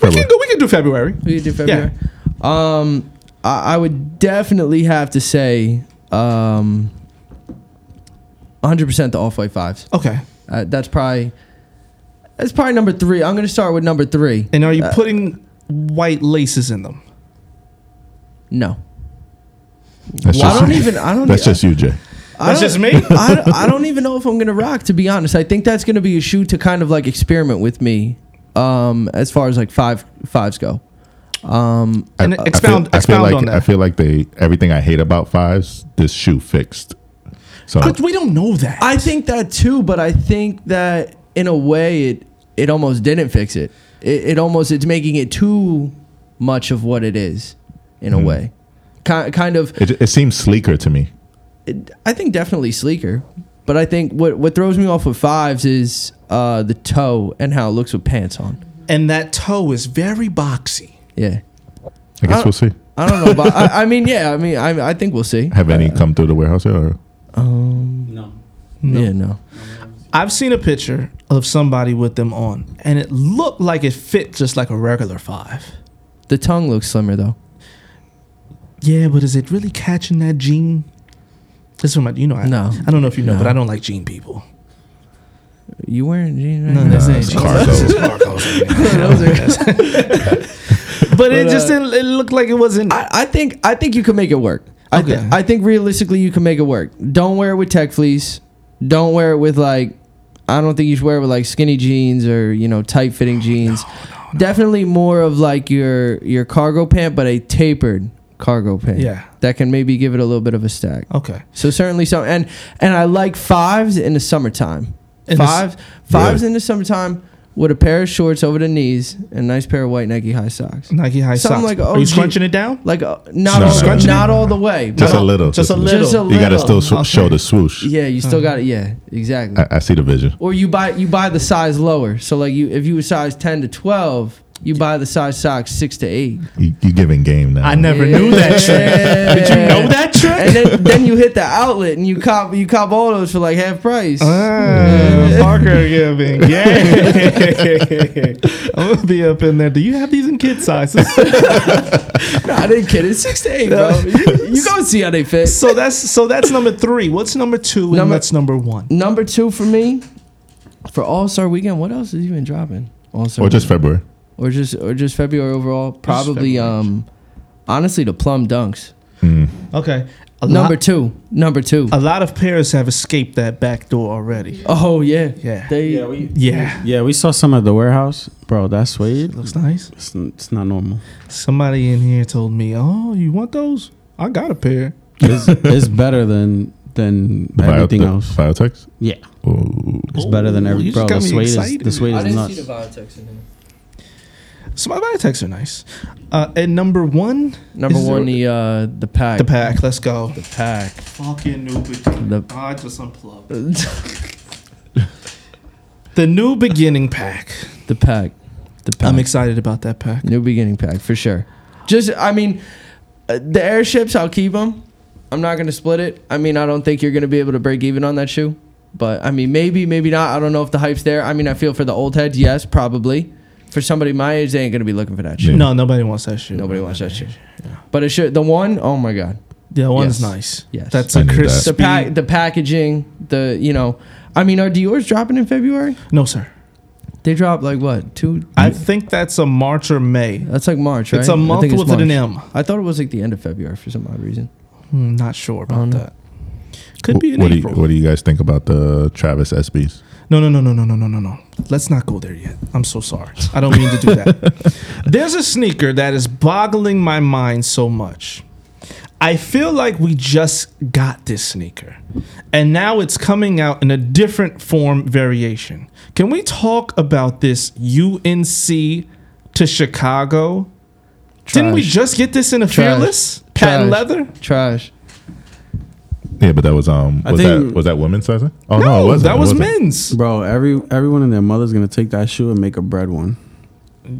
We can do, we can do February. We could do February. Um, I, I would definitely have to say, um, 100% the Off White Fives. Okay. Uh, that's probably that's probably number three. I'm gonna start with number three. And are you putting white laces in them? No, That's I don't you. even. I don't. That's e- just you, Jay. I That's don't- just me? *laughs* I, don't- *laughs* I don't even know if I'm gonna rock. To be honest, I think that's gonna be a shoe to kind of like experiment with me, um, as far as like five fives go. Um, I- And I feel- expound- I feel expound like on that. I feel like they everything I hate about fives this shoe fixed. So But we don't know that. I think that too, but I think that in a way it it almost didn't fix it. It, it almost it's making it too much of what it is, in Hmm. a way. Ki- kind of it, it seems sleeker to me. it, I think definitely sleeker. But I think what what throws me off with fives is uh, the toe and how it looks with pants on. and that toe is very boxy. Yeah, I guess Uh, I- we'll see. I don't know. about I, I mean, yeah. I mean, I, I think *laughs* we'll see. Have any come through the warehouse yet? Or Um, No. Yeah, no. I've seen a picture of somebody with them on, and it looked like it fit just like a regular five. The tongue looks slimmer though. Yeah, but is it really catching that gene? This one, you know, I, No. I don't know if you know, No. but I don't like gene people. You wearing jeans? Right No, now? that's Nah, ain't it's jeans. cargo. This is cargo. *laughs* but uh, it just didn't. It looked like it wasn't. I, I think I think you can make it work. I, thi- Okay. I think realistically you can make it work. Don't wear it with tech fleece. Don't wear it with like I don't think you should wear it with like skinny jeans or you know tight fitting jeans. Definitely more of like your your cargo pant, but a tapered cargo pant. Yeah. that can maybe give it a little bit of a stack. okay. So certainly so, and and I like fives in the summertime. In the s- Five fives Really? in the summertime with a pair of shorts over the knees and a nice pair of white Nike high socks Nike high Something socks. like Are you OG. scrunching it down? like uh, not No, all, no, no. not all the way. but- Just a little. Just a little. Just a You gotta still little. sw- show the swoosh. yeah, you Uh-huh. still got it. Yeah, exactly. I, I see the vision. or you buy you buy the size lower. So like you if you were size ten to twelve, You buy the size socks six to eight. You, you giving game now. I never knew that Yeah. trick. Did you know that trick? And then, then you hit the outlet and you cop you cop all those for like half price. Ah, Parker giving. *laughs* Yeah. *laughs* I'm gonna be up in there. Do you have these in kid sizes? Nah, I didn't kid. It's six to eight, bro. you, you go see how they fit. *laughs* so that's so that's number three. What's number two and Number- what's number one? Number two for me, for All Star Weekend. What else is even dropping? All Star or just February. or just or just February overall. Probably February. um, honestly the plum dunks. Mm. Okay. A Number lot, two, number two. a lot of pairs have escaped that back door already. oh yeah, Yeah. They we Yeah. yeah we saw some at the warehouse, bro. That suede, Looks nice. it's, it's not normal. Somebody in here told me, "Oh, you want those? I got a pair." It's, it's better than than The bio- everything the else. Biotechs? Yeah, Ooh. it's better than Ooh, you every just bro. got The me suede is excited. the suede I is didn't nuts. see the biotechs in there. So my biotechs are nice. Uh, and number one, Number Is there- one, the uh, the pack. *laughs* the pack. Let's go. The pack. Fucking new The- I just unplugged. The new beginning pack. the pack. The pack. I'm excited about that pack. New beginning pack for sure. Just, I mean, uh, the airships, I'll keep them. I'm not gonna split it. I mean, I don't think you're gonna be able to break even on that shoe. But I mean, maybe, maybe not. I don't know if the hype's there. I mean, I feel for the old heads, yes, probably. For somebody my age, they ain't gonna be looking for that shoe. Yeah. No, nobody wants that shit. Nobody wants that shoe. But it should. The one, oh my god. That one's Yes. nice. Yes. That's I a need crisp. that. The pack, the packaging, the you know. I mean, are Dior's dropping in February? No, sir. They drop like what two? I think that's a March or May. That's like March, Mm. right? It's a I month think it's with an March. M. I thought it was like the end of February for some odd reason. Hmm, not sure about don't know. that. Could be in what, do you, April. what do you guys think about the Travis SBs? No, no, no, no, no, no, no, no, no. Let's not go there yet. I'm so sorry. I don't mean to do *laughs* that. There's a sneaker that is boggling my mind so much. I feel like we just got this sneaker, and now it's coming out in a different form variation. Can we talk about this UNC to Chicago? Didn't we Trash. just get this in a Trash. fearless patent Trash. leather? Trash. Yeah, but that was um I was that think- was that women's sizing? Oh no, No, it wasn't. that It was wasn't. men's. Bro, every everyone and their mother's gonna take that shoe and make a bread one.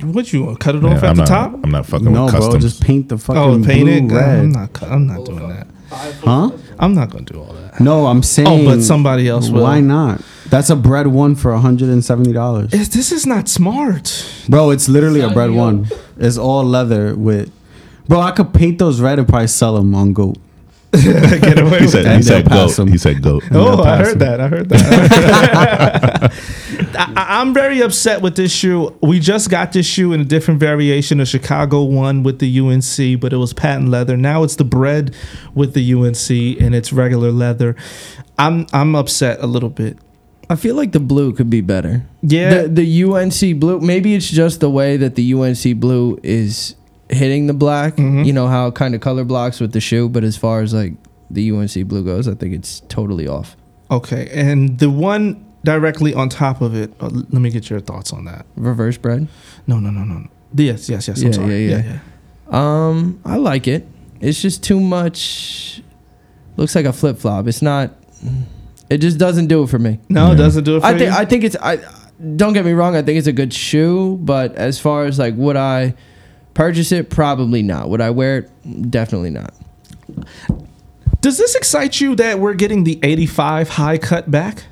What you want? Cut it Yeah, off at I'm the not, top? I'm not fucking No, with bro, customs. *laughs* just paint the fucking Oh, paint blue it. red. I'm not. cu- I'm not doing that. huh? I'm not gonna do all that. No, I'm saying. Oh, but somebody else will. Why not? That's a bread one for hundred and seventy dollars, It's- this is not smart. bro. It's literally a bread one. It's all leather with. Bro, I could paint those red and probably sell them on Goat. *laughs* Get *laughs* away he with said that. he And they'll said pass goat. them. He said goat. Oh, I pass heard him. that. I heard that. *laughs* I, I- I'm very upset with this shoe. We just got this shoe in a different variation, a Chicago one with the UNC, but it was patent leather. Now it's the bread with the UNC and it's regular leather. I'm I'm upset a little bit. I feel like the blue could be better. Yeah. The, the UNC blue, maybe it's just the way that the UNC blue is hitting the black. You know how it kind of color blocks with the shoe, but as far as like the UNC blue goes, I think it's totally off. Okay, and the one directly on top of it. uh, let me get your thoughts on that. Reverse bread. No, no, no, no. no. Yes, yes, yes. Yeah, I'm sorry. yeah, yeah. Um, I like it. It's just too much. Looks like a flip flop. It's not. It just doesn't do it for me. No, Yeah. it doesn't do it for I think you? I think it's I don't get me wrong, I think it's a good shoe, but as far as like would I purchase it? Probably not. Would I wear it? Definitely not. Does this excite you that we're getting the 85 high cut back?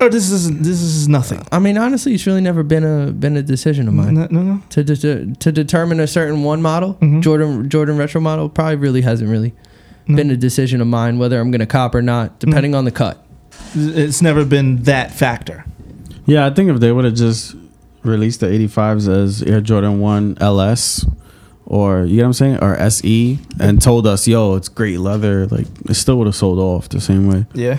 Or this is this is nothing. I mean, honestly, it's really never been a been a decision of mine. No, no, no. To, de- to determine a certain one model, Mm-hmm. Jordan Jordan retro model probably really hasn't really been a decision of mine whether I'm going to cop or not, depending Mm. on the cut. It's never been that factor. Yeah, I think if they would have just released the 85s as Air Jordan 1 LS or you know what I'm saying or SE and told us, "Yo, it's great leather." Like it still would have sold off the same way. Yeah.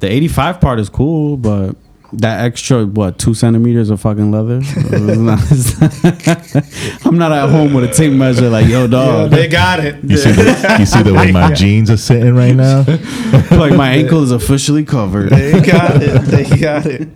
The 85 part is cool, but that extra what two centimeters of fucking leather? *laughs* I'm not *laughs* at home with a tape measure like yo dog. got it. You see, the, you see the way *laughs* my jeans are sitting right now. *laughs* like my ankle is officially covered. They got it. They got it.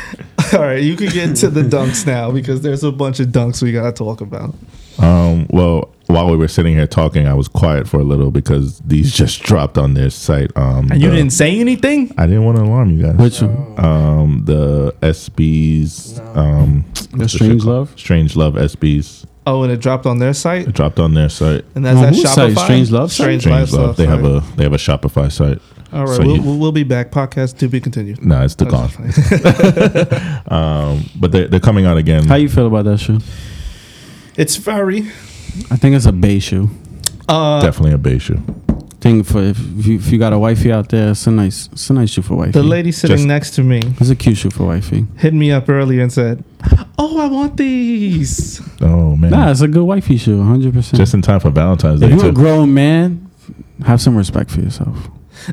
*laughs* All right, you can get to the dunks now because there's a bunch of dunks we gotta talk about. Um, well, while we were sitting here talking, I was quiet for a little because these just dropped on their site. Um, And you the- didn't say anything? I didn't want to alarm you guys. Which one? Um, the SBs, um, The Strange Love. Strange Love SBs Oh, and it dropped on their site, dropped on their site. and that's On that whose site? Shopify. Strange Love site? Strange, Strange Love. They have site. a they have a Shopify site. All right, so we'll, you- we'll, we'll be back. Podcast to be continued. No, *laughs* it's the gone. *laughs* Um, but they're, they're coming out again. How you feel about that shoe? It's very I think it's a bay shoe. uh, Definitely a beige shoe. Thing for if, if you if you got a wifey out there, it's a nice it's a nice shoe for wifey. the lady sitting Just- next to me It's a cute shoe for wifey. hit me up earlier and said, "Oh, I want these." Oh man, Nah, it's a good wifey shoe, 100. percent just in time for Valentine's Day If you're too. a grown man, have some respect for yourself.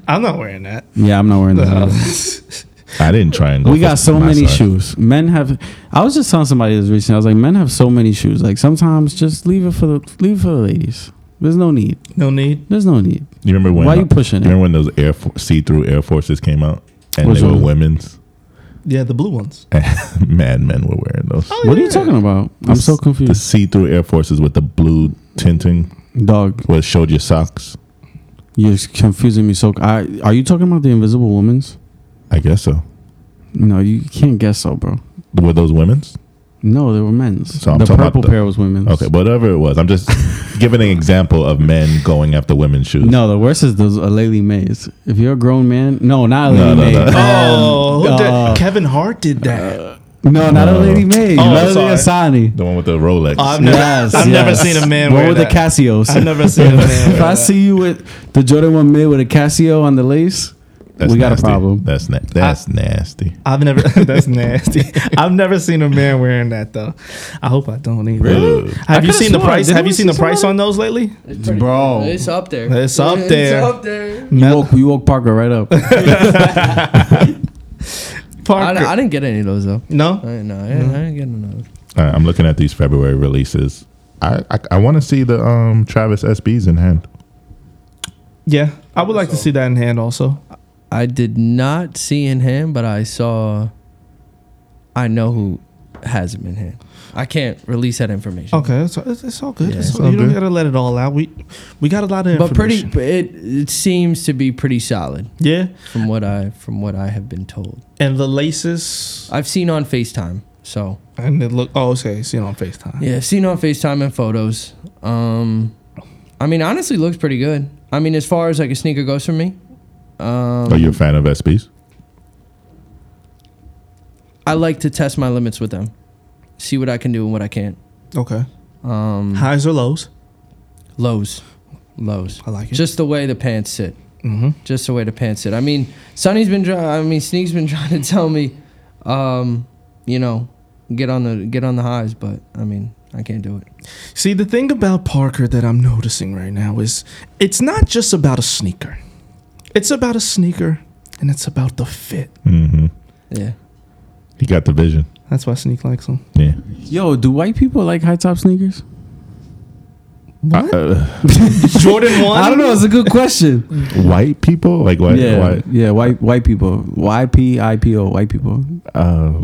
I'm not wearing that. Yeah, I'm not wearing uh, No. that. I didn't try and go. we for got so my many side. shoes. Men have. I was just telling somebody this recently. I was like, men have so many shoes. Like sometimes just leave it for the leave it for the ladies. There's no need. *laughs* no need. There's no need. You remember when? Why you pushing you it? remember when those Air For- see-through Air Forces came out and Which they were one? women's? *laughs* Yeah, the blue ones. Mad men were wearing those. What are you talking about? I'm so The confused. see-through Air Forces with the blue tinting, Dog, where it showed your socks. you're confusing me. So, I are you talking about the Invisible Woman's? I guess so. No, you can't guess so, bro. Were those women's? No, they were men's. So I'm the talking about purple the- pair was women's. Okay, whatever it was. I'm *laughs* just giving an example of men going after women's shoes. No, the worst is those Aleli Mays. If you're a grown man, no, not No, no, Aleli Mays. Um, no. Oh, who did- uh, Kevin Hart did that. uh, No, not No. Aleli Mays. Oh, Leslie sorry. Oh, Asani. The one with the Rolex. Oh, I've never, Yes, I've never yes. seen a man One wear with that. the Casios. I've *laughs* never seen a man. wear if I that. see you with the Jordan one made with a Casio on the lace, we got nasty. a problem. That's na- that's nasty. I've never. *laughs* That's nasty. I've never seen a man wearing that though. I hope I don't either. Really? Have you could've seen the sworn, price? didn't Have we you seen the see price somebody? on those lately? Bro. It's up there. It's up there. *laughs* It's up there. You woke, you woke Parker *laughs* right up. I, Parker. I didn't get any of those though. I no. didn't, know. I didn't, I didn't get none of those. All right, I'm looking at these February releases. I I, I want to see the um Travis SBs in hand. Yeah, I would like to see that in hand also. I did not see in hand, but I saw. I know who has him in hand. I can't release that information. Okay, it's, it's, it's all good. Yeah, It's it's all- all you don't good. gotta let it all out. We we got a lot of But pretty, information. it it seems to be pretty solid yeah, from what I from what I have been told. and the laces I've seen on Facetime, so and it look. Oh, okay, seen on Facetime. yeah, I've seen on Facetime and photos. Um, I mean, honestly, looks pretty good. I mean, as far as like a sneaker goes for me, um, Are you a fan of SBs? I like to test my limits with them, see what I can do and what I can't. Okay, Um, highs or lows? lows, lows. I like it. Just the way the pants sit. mm-hmm. Just the way the pants sit. I mean, Sonny's been. dri I mean, Sneak's been *laughs* trying to tell me, um, you know, get on the get on the highs, but I mean, I can't do it. See, the thing about Parker that I'm noticing right now is it's not just about a sneaker. It's about a sneaker and it's about the fit. Mm-hmm. Yeah. He got the vision. That's why Sneak likes *laughs* them. Yeah. Yo, do white people like high top sneakers? I- uh, Jordan 1? I don't know. It's a good question. white people like white. yeah, white yeah, white white people, Y P I P O, white people. uh,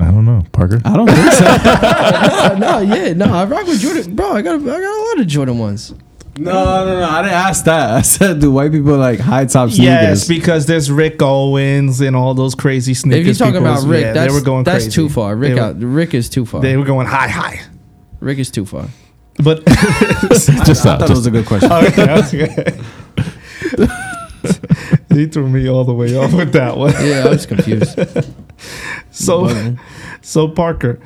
I don't know, Parker. I don't think so. no, Uh, no, yeah, no. I rock with Jordan, bro. I got a, I got a lot of Jordan ones. *laughs* no, no, no. I didn't ask that. I said, do white people like high top sneakers? Yes, because there's Rick Owens and all those crazy sneakers. If you're talking people's- about Rick, yeah, that's, they were going that's crazy. too far. Rick they were, out. Rick is too far. They were going high, high. Rick is too far. *laughs* But just I stop. thought it Just, was a good question. okay, okay. *laughs* he threw me all the way off with that one. Yeah, I was confused. *laughs* So. But- So Parker,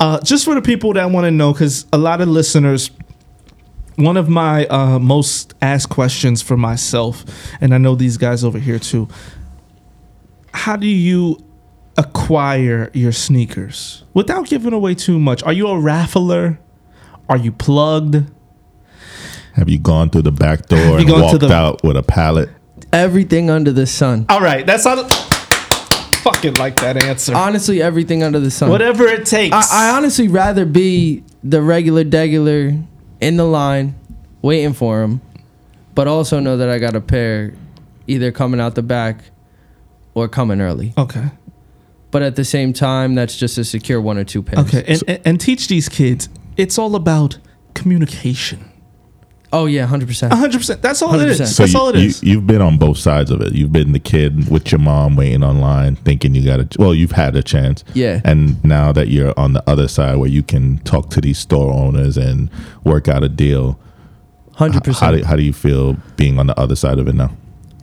uh, just for the people that want to know, because a lot of listeners, one of my uh, most asked questions for myself, and I know these guys over here too. How do you acquire your sneakers without giving away too much? Are you a raffler? Are you plugged? have you gone through the back door and gone to walked the- out with a pallet? everything under the sun. All right, that's not fucking like that answer. Honestly, everything under the sun. Whatever it takes. I, I honestly rather be the regular degular in the line waiting for him, but also know that I got a pair either coming out the back or coming early. okay. but at the same time, that's just a secure one or two pairs. Okay, and, and, and teach these kids. It's all about communication. Oh yeah, hundred percent. hundred percent. That's all it 100%. is. So That's you, all it is. You, have been on both sides of it. You've been the kid with your mom waiting online, thinking you got a well, you've had a chance. Yeah. And now that you're on the other side where you can talk to these store owners and work out a deal, Hundred h- how do, percent. how do you feel being on the other side of it now?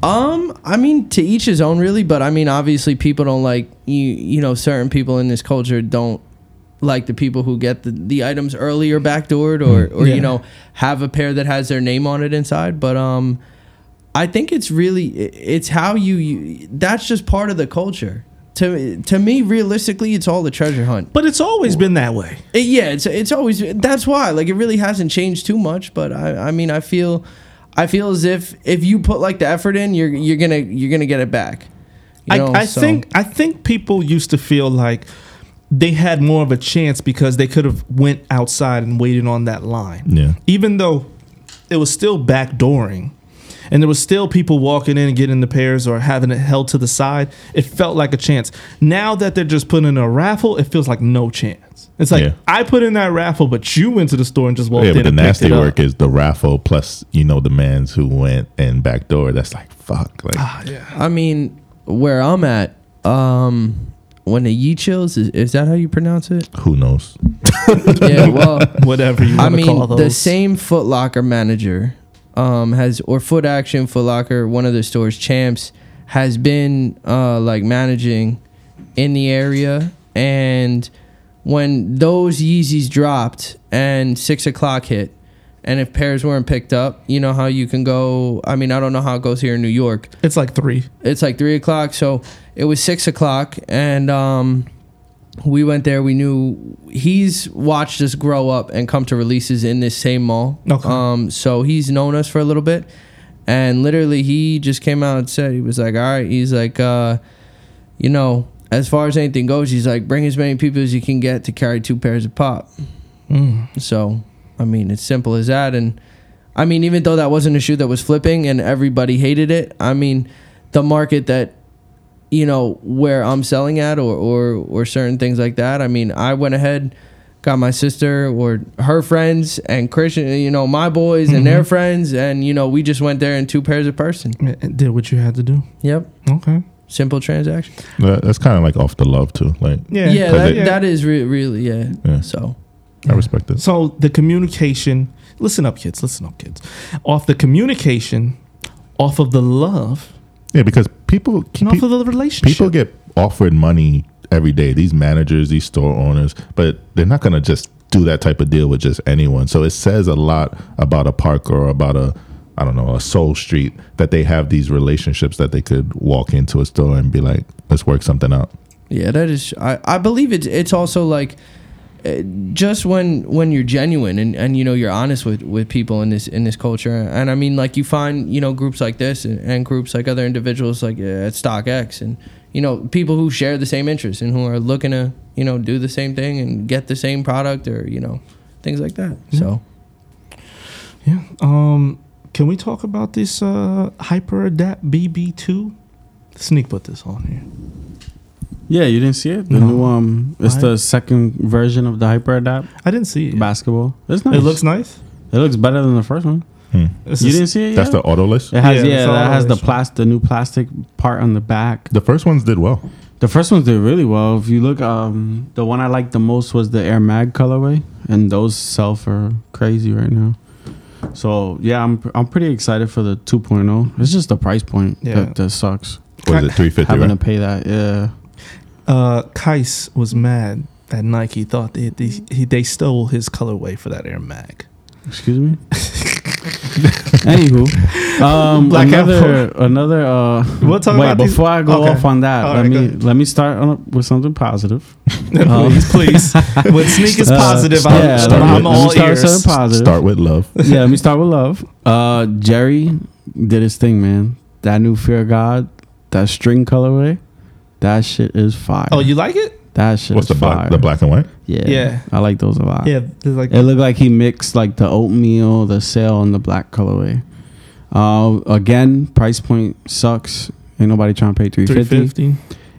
Um, I mean, to each his own, really. But I mean, obviously, people don't like you. You know, certain people in this culture don't like the people who get the, the items early or backdoored or or Yeah. you know have a pair that has their name on it inside. But um, I think it's really i- it's how you, you that's just part of the culture. To to me, realistically, it's all the treasure hunt. But it's always been that way. Uh, yeah, it's it's always that's why like it really hasn't changed too much. But I I mean I feel I feel as if if you put like the effort in, you're you're gonna you're gonna get it back. You know, I, I so- think I think people used to feel like they had more of a chance because they could have went outside and waited on that line. Yeah. Even though it was still backdooring and there was still people walking in and getting the pairs or having it held to the side, it felt like a chance. Now that they're just putting in a raffle, it feels like no chance. It's like Yeah. I put in that raffle, but you went to the store and just walked yeah, in. but the and picked nasty it up. work is the raffle plus you know the mans who went and backdoor. That's like fuck. Like Ah. I mean where I'm at. Um, when the ye chills is, is that how you pronounce it? who knows? yeah. Well, whatever you I want to call mean those. the same Foot Locker manager um has or Foot Action Foot Locker one of the stores champs has been uh like managing in the area and when those Yeezys dropped and six o'clock hit and if pairs weren't picked up, you know how you can go I mean, I don't know how it goes here in New York. It's like three. It's like three o'clock, so it was six o'clock and um we went there. We knew he's watched us grow up and come to releases in this same mall. Okay. Um, so he's known us for a little bit, and literally he just came out and said he was like, "All right," he's like, uh, "You know, as far as anything goes, he's like, bring as many people as you can get to carry two pairs of pop." Mm. So, I mean, it's simple as that. And I mean, even though that wasn't a shoe that was flipping and everybody hated it, I mean, the market that you know where I'm selling at or or or certain things like that. I mean, I went ahead, got my sister or her friends and Christian, you know, my boys and their friends, and you know, we just went there in two pairs of person. It did what you had to do. Yep, Okay. simple transaction. That- That's kind of like off the love too. Like Yeah. Yeah, that, yeah. that is re- really yeah. Yeah. So I respect it. So the communication, listen up, kids, listen up, kids. Off the communication, off of the love, Yeah, because people and pe- off of the relationship. people get offered money every day these managers these store owners but they're not going to just do that type of deal with just anyone so it says a lot about a park or about a i don't know a soul street that they have these relationships that they could walk into a store and be like let's work something out Yeah, that is. I, I believe it's it's also like uh, just when when you're genuine and, and you know you're honest with, with people in this in this culture and I mean like you find you know groups like this and, and groups like other individuals like uh, at StockX and you know people who share the same interests and who are looking to you know do the same thing and get the same product or you know things like that. So yeah. Um, can we talk about this uh, Hyper Adapt BB2? Sneak put this on here. *laughs* Yeah, you didn't see it. The No. new um, it's I- the second version of the Hyper Adapt I didn't see it. yet. basketball. It's nice. It looks nice. it looks better than the first one. Hmm. This you is- didn't see it. that's the auto list It has Yeah, yeah, it's all that has the relation. plastic, the new plastic part on the back. the first ones did well The first ones did really well. If you look, um, the one I liked the most was the Air Mag colorway, and those sell for crazy right now. So yeah, I'm I'm pretty excited for the 2.0. It's just the price point Yeah. that, that sucks. was it 350 Having right? to pay that, yeah. uh, Kais was mad that Nike thought they, they, he, they stole his colorway for that Air Mag. Excuse *laughs* me. Anywho, um, Blackout. another another. Uh, We'll talk wait, about these- before I go Okay. off on that, All let right, go me ahead. let me start on, with something positive. *laughs* please, *laughs* please. When Sneak is Uh, positive, I'm, yeah, I'm start with- let me all start with ears. something positive. start with love *laughs* yeah, let me start with love. Uh, Jerry did his thing, man. That new Fear of God, that string colorway, that shit is fire. Oh, you like it? that shit what's the is fire. black the black and white Yeah, Yeah. I like those a lot. Yeah, there's like It looked like he mixed like the oatmeal, the sale, and the black colorway. Uh, again, price point sucks. Ain't nobody trying to pay three fifty. 350.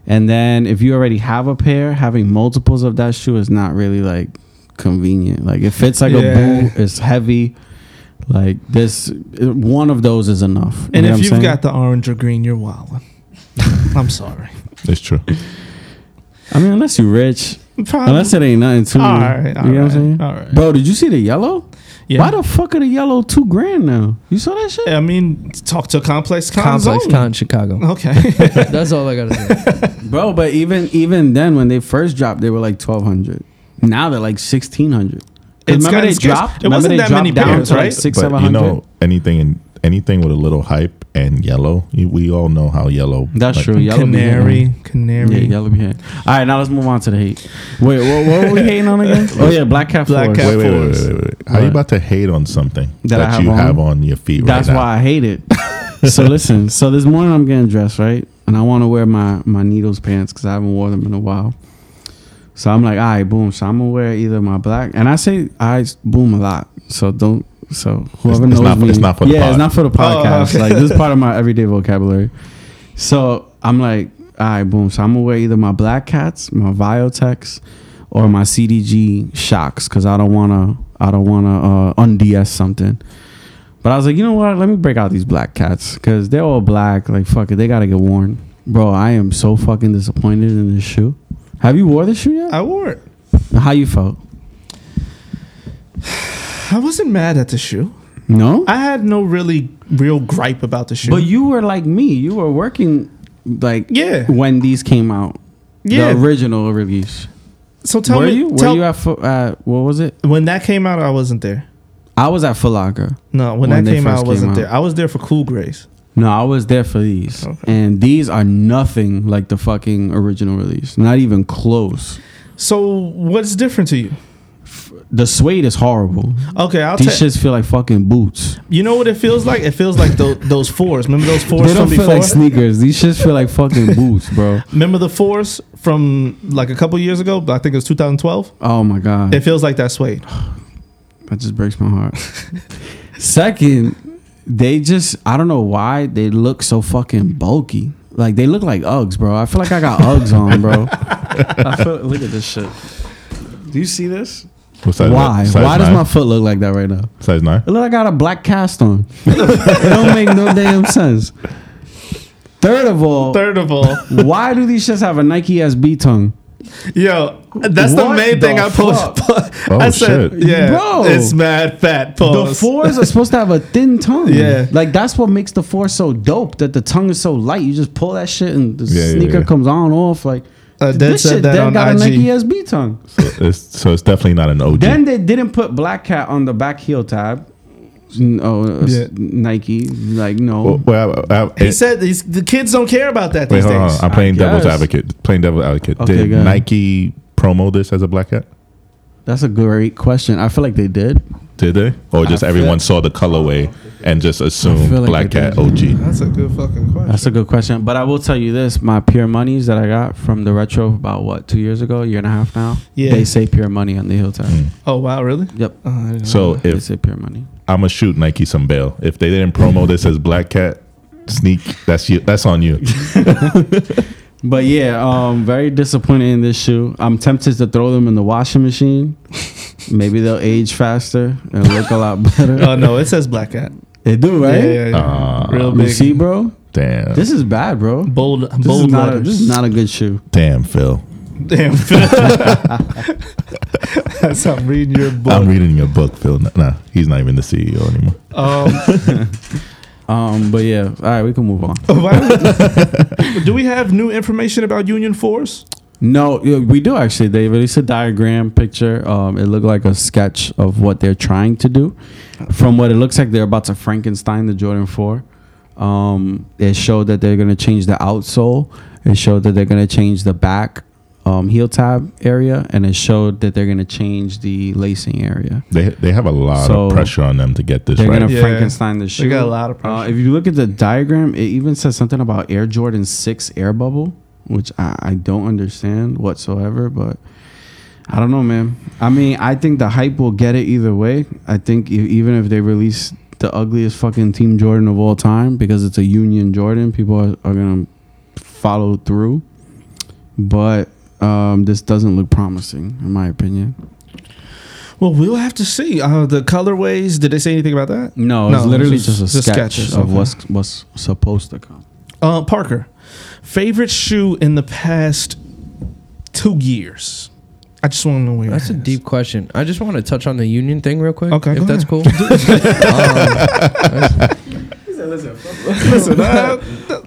And then if you already have a pair, having multiples of that shoe is not really like convenient. Like it fits like Yeah. a boot. It's heavy. Like this, one of those is enough. You And know what if I'm you've saying? got the orange or green, you're wilding. *laughs* I'm sorry. It's true. I mean, unless you're rich, Probably. unless it ain't nothing too. Um, all right, all you know what I'm right, saying? all right. Bro, did you see the yellow? Yeah. Why the fuck are the yellow two grand now? You saw that shit? I mean, talk to Complex Cons. Complex only. *laughs* Con Chicago. Okay. That's all I gotta say. Bro, but even even then when they first dropped, they were like twelve hundred. Now they're like sixteen hundred. It's Remember gotten they scarce. dropped. It wasn't remember they that many dropped down pairs, to, like, right? Six, but seven you hundred. know, anything in anything with a little hype and yellow, you, we all know how yellow. That's like, true. Yellow be hitting. canary, canary. Yeah, yellow be hitting. All right, now let's move on to the hate. Wait, what, what were we hating on again? *laughs* Oh yeah, black cat. Black Force. Cat Wait, wait, wait, Force. wait, wait, wait. How you What? about to hate on something That that, I have you on? have on your feet That's right now? why I hate it. *laughs* so listen, so this morning I'm getting dressed, right? And I want to wear my my needles pants because I haven't worn them in a while. So I'm like, all right, boom. So I'm gonna wear either my black, and I say I boom a lot. So don't. So whoever it's knows not- me, it's not for the yeah, pod. it's not for the podcast. okay. Like this is part of my everyday vocabulary. So I'm like, all right, boom. So I'm gonna wear either my black cats, my Viotex, or my CDG shocks because I don't wanna, I don't wanna uh, unds something. But I was like, you know what? Let me break out these black cats because they're all black. Like fuck it, they gotta get worn. Bro, I am so fucking disappointed in this shoe. Have you wore this shoe yet? I wore it. How you felt? I wasn't mad at the shoe. No, I had no really real gripe about the shoe. but you were like me. You were working like Yeah. when these came out. Yeah. the original release. so tell were me, you? Were tell- you at Fo- uh, what was it? when that came out, I wasn't there. I was at Foot Locker. No, when, When that they came out, I first came wasn't out. there. I was there for Cool Grays. No, I was there for these, Okay. and these are nothing like the fucking original release. Not even close. So what's different to you? The suede is horrible. Okay, I'll these tell shits feel like fucking boots. you. know what it feels like? It feels like tho- those fours. Remember those fours They don't from feel before? like sneakers. These shits feel like *laughs* fucking boots, bro. Remember the fours from like a couple years ago? I think it was 2012. Oh my god, It feels like that suede. that just breaks my heart. *laughs* Second, they just I don't know why they look so fucking bulky. Like they look like Uggs, bro. I feel like I got Uggs on, *laughs* bro. I feel, look at this shit. Do you see this? What size is Why? that? Size Why does nine? my foot look like that right now? size nine? It look like I got a black cast *laughs* on. it don't make no damn sense. Third of all, Third of all, why do these shits have a Nike SB tongue? *laughs* Yo, that's the What main thing the I posted. Oh, I said, shit. yeah, Bro. it's mad fat The pause. fours are supposed to have a thin tongue. Yeah. Like that's what makes the four so dope. That the tongue is so light. You just pull that shit and the Yeah, yeah, sneaker yeah. comes on off. Like Uh, Dead this said shit that dead on got IG. a Nike SB tongue. *laughs* It's, so it's definitely not an OG. Then they didn't put Black Cat on the back heel tab. No, uh, Yeah. Nike. Like no. well, well, I, I, he it- said these, the kids don't care about that wait, these hold on, days. hold on. I'm playing I devil's guess. advocate. Playing devil's advocate. Okay, Did go ahead. Nike promo this as a black hat? That's a great question. I feel like they did. Did they? Or just I feel- everyone saw the colorway and just assumed feel like black they cat did. OG? That's a good fucking question. That's a good question. But I will tell you this: my pure monies that I got from the retro about what two years ago, year and a half now. Yeah. They say pure money on the heel tab. oh wow, really? Yep. Uh, I didn't know So They Mm. if say pure money. I'ma shoot Nike some bail, if they didn't promo this as black cat sneak, that's you. That's on *laughs* you. But yeah, um, very disappointed in this shoe. I'm tempted to throw them in the washing machine. Maybe they'll age faster and look a *laughs* lot that. better. oh no, it says black hat. They do, right? Yeah, yeah, yeah. Ah, Real You big. Uh, see, bro, Damn. this is bad, bro. This bold, is bold not a, letters. this is not a good shoe. Damn, Phil. Damn. *laughs* That's I'm reading your book. I'm reading your book, Phil. Nah, he's not even the CEO anymore. um, Um, but yeah, all right, we can move on. why- do we have new information about Union Force? No, yeah, we do actually. They released a diagram picture. Um, it looked like a sketch of what they're trying to do. From what it looks like, they're about to Frankenstein the Jordan Four. Um, it showed that they're gonna change the outsole. It showed that they're gonna change the back um, heel tab area, and it showed that they're gonna change the lacing area. They they have a lot So- of pressure on them to get this They're right. gonna Yeah. Frankenstein the shoe. got a lot of pressure. Uh, if you look at the diagram, it even says something about Air Jordan Six Air Bubble, which I, I don't understand whatsoever. But I don't know, man. I mean, I think the hype will get it either way. I think e- even if they release the ugliest fucking Team Jordan of all time because it's a Union Jordan, people are, are gonna follow through. but um, this doesn't look promising in my opinion. Well, we'll have to see. Uh, the colorways, did they say anything about that? No, No, it's literally it's just- just, a just sketch sketches, of okay. what's what's supposed to come. Uh, Parker, favorite shoe in the past two years? I just want to know where That's a your head is. deep question. I just want to touch on the union thing real quick. Okay, if go that's ahead. cool. *laughs* um, *laughs* Listen, uh,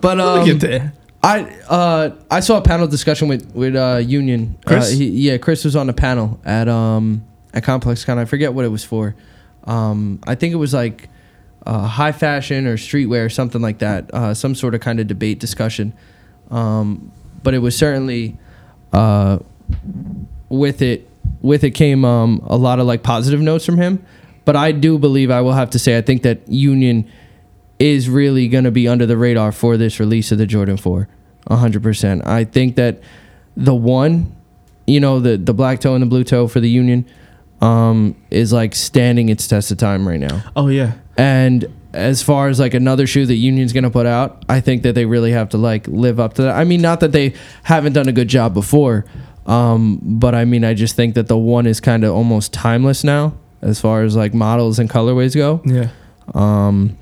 but we'll um, get there. I uh, I saw a panel discussion with with uh, Union. Chris? Uh, he, yeah, Chris was on the panel at um at ComplexCon. I forget what it was for. Um, I think it was like uh, high fashion or streetwear or something like that. Uh, some sort of kind of debate discussion. Um, but it was certainly uh, with it with it came um, a lot of like positive notes from him. But I do believe I will have to say I think that Union is really going to be under the radar for this release of the Jordan 4. 100%. I think that the one, you know, the the black toe and the blue toe for the Union um is like standing its test of time right now. Oh, yeah. And as far as like another shoe that Union's going to put out, I think that they really have to like live up to that. I mean, not that they haven't done a good job before, um, but I mean, I just think that the one is kind of almost timeless now as far as like models and colorways go. Yeah. Um,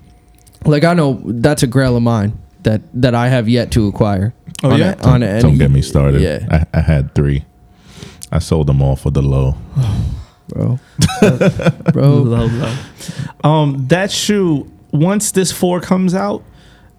like I know that's a grail of mine that that I have yet to acquire. Oh, on yeah? a- on a- Don't get me started. Yeah, I, I had three. I sold them all for the low. bro, bro. Love, love. Um, that shoe, once this four comes out,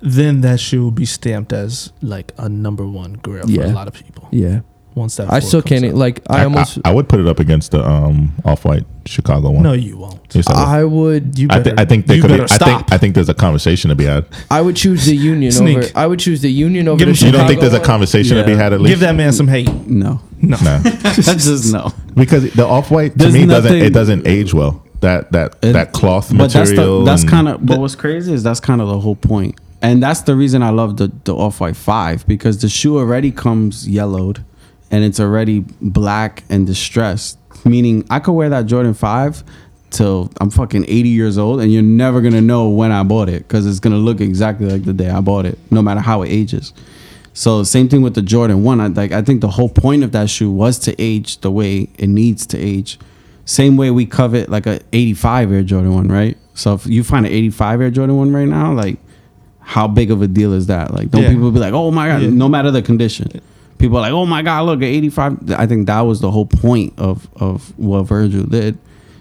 then that shoe will be stamped as like a number one grail for Yeah. a lot of people. Yeah, Once that I four still comes can't. e- out. Like I almost, I, would put it up against the um off white Chicago one. No, you won't. Yes, I would. I would, You I, better, thi- I think they you could. better I stop. think I think there's a conversation to be had. I would choose the Union Sneak. over. I would choose the Union over. Give the him some- You don't think Chicago there's a one. conversation to be Yeah. had at least? Give that man some hate. No, No. no, *laughs* that's just *laughs* no. because the off white to There's me doesn't nothing- it doesn't age well. That that It- that cloth But that's the, material. that's and- kind of. But what's crazy is that's kind of the whole point, and that's the reason I love the the off white five because the shoe already comes yellowed, and it's already black and distressed. Meaning, I could wear that Jordan five till I'm fucking 80 years old, and you're never gonna know when I bought it because it's gonna look exactly like the day I bought it, no matter how it ages. So same thing with the Jordan One. I like I think the whole point of that shoe was to age the way it needs to age. Same way we covet like a 85 Air Jordan One, right? So if you find an 85 Air Jordan One right now, like how big of a deal is that? Like don't Yeah. people be like, oh my god, Yeah. no matter the condition. People are like, oh my god, look at 85. I think that was the whole point of of what Virgil did.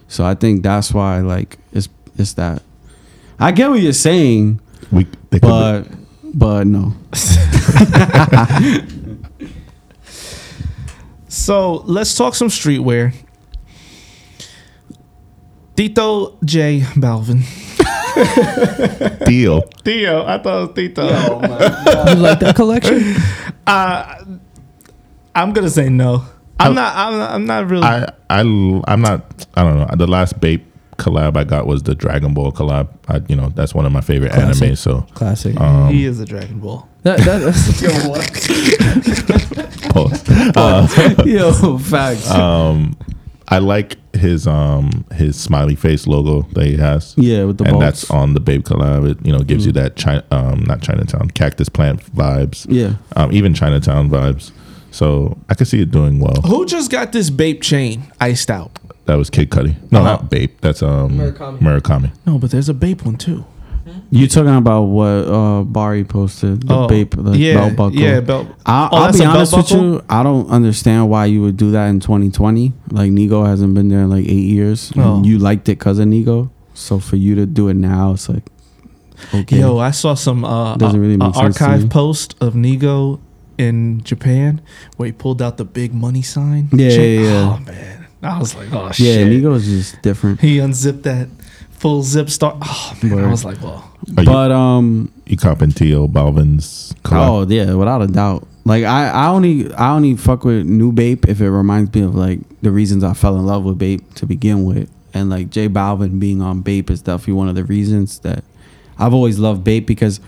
So I think that's why like it's it's that. I get what you're saying, we, they could- but but no. So let's talk some streetwear. Tito J Balvin. deal. Theo, I thought it was Tito. You like that collection? I'm gonna say no. I'm not. I'm not, I'm not really. I I I'm not. I don't know. The last Bape collab I got was the Dragon Ball collab. I, you know that's one of my favorite Classic. anime. So Classic. um, he is a Dragon Ball. that, that, *laughs* *laughs* pause. Yo, facts. um, I like his um his smiley face logo that he has. yeah, with the and balls. Mm. that's on the Babe collab. It you know gives you that China, um not Chinatown cactus plant vibes. yeah. Um, even Chinatown vibes. So I could see it doing well. Who just got this Bape chain iced out? That was Kid Cudi. No, Uh-huh. Oh. not Babe. That's um Murakami. Murakami. No, but there's a Bape one too. You talking about what uh Bari posted, the Oh, babe, the yeah, belt buckle. yeah, belt- I, Oh, I'll that's be a belt honest with buckle? you. I don't understand why you would do that in 2020. Like Nigo hasn't been there in like eight years. Oh. You liked it because of Nigo. So for you to do it now, it's like okay. Yo, I saw some uh, Doesn't really a- a make sense to archive me. post of Nigo in Japan where he pulled out the big money sign. Yeah, chain. yeah, yeah. Oh man, I was like, oh yeah, shit. Nigo's just different. He unzipped that full zip star. Oh man, I Word. was like, well, Are you- But um, You copping T.O. Balvin's collab? Oh yeah, without a doubt. Like I, I only I only fuck with new Bape if it reminds me of like the reasons I fell in love with Bape to begin with. And like J Balvin being on Bape is definitely one of the reasons that I've always loved Bape because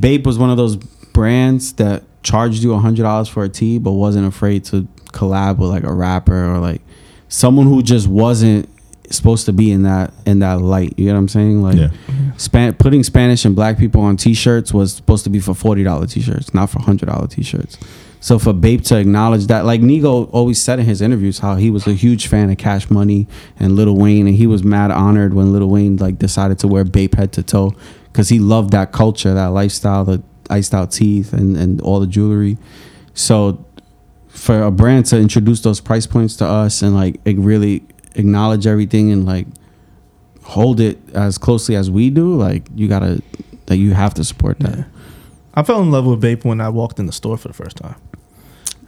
Bape was one of those brands that charged you hundred dollars for a tee but wasn't afraid to collab with like a rapper or like someone who just wasn't supposed to be in that in that light. You know what I'm saying? Like Yeah. Span- putting Spanish and black people on t-shirts was supposed to be for $40 t-shirts, not for $100 t-shirts. So for Bape to acknowledge that, like Nigo always said in his interviews, how he was a huge fan of Cash Money and Lil Wayne, and he was mad honored when Lil Wayne like decided to wear Bape head to toe because he loved that culture, that lifestyle, the iced out teeth, and and all the jewelry. So for a brand to introduce those price points to us and like it really acknowledge everything and like hold it as closely as we do, like you gotta that you have to support that. Yeah. I fell in love with Bape when I walked in the store for the first time.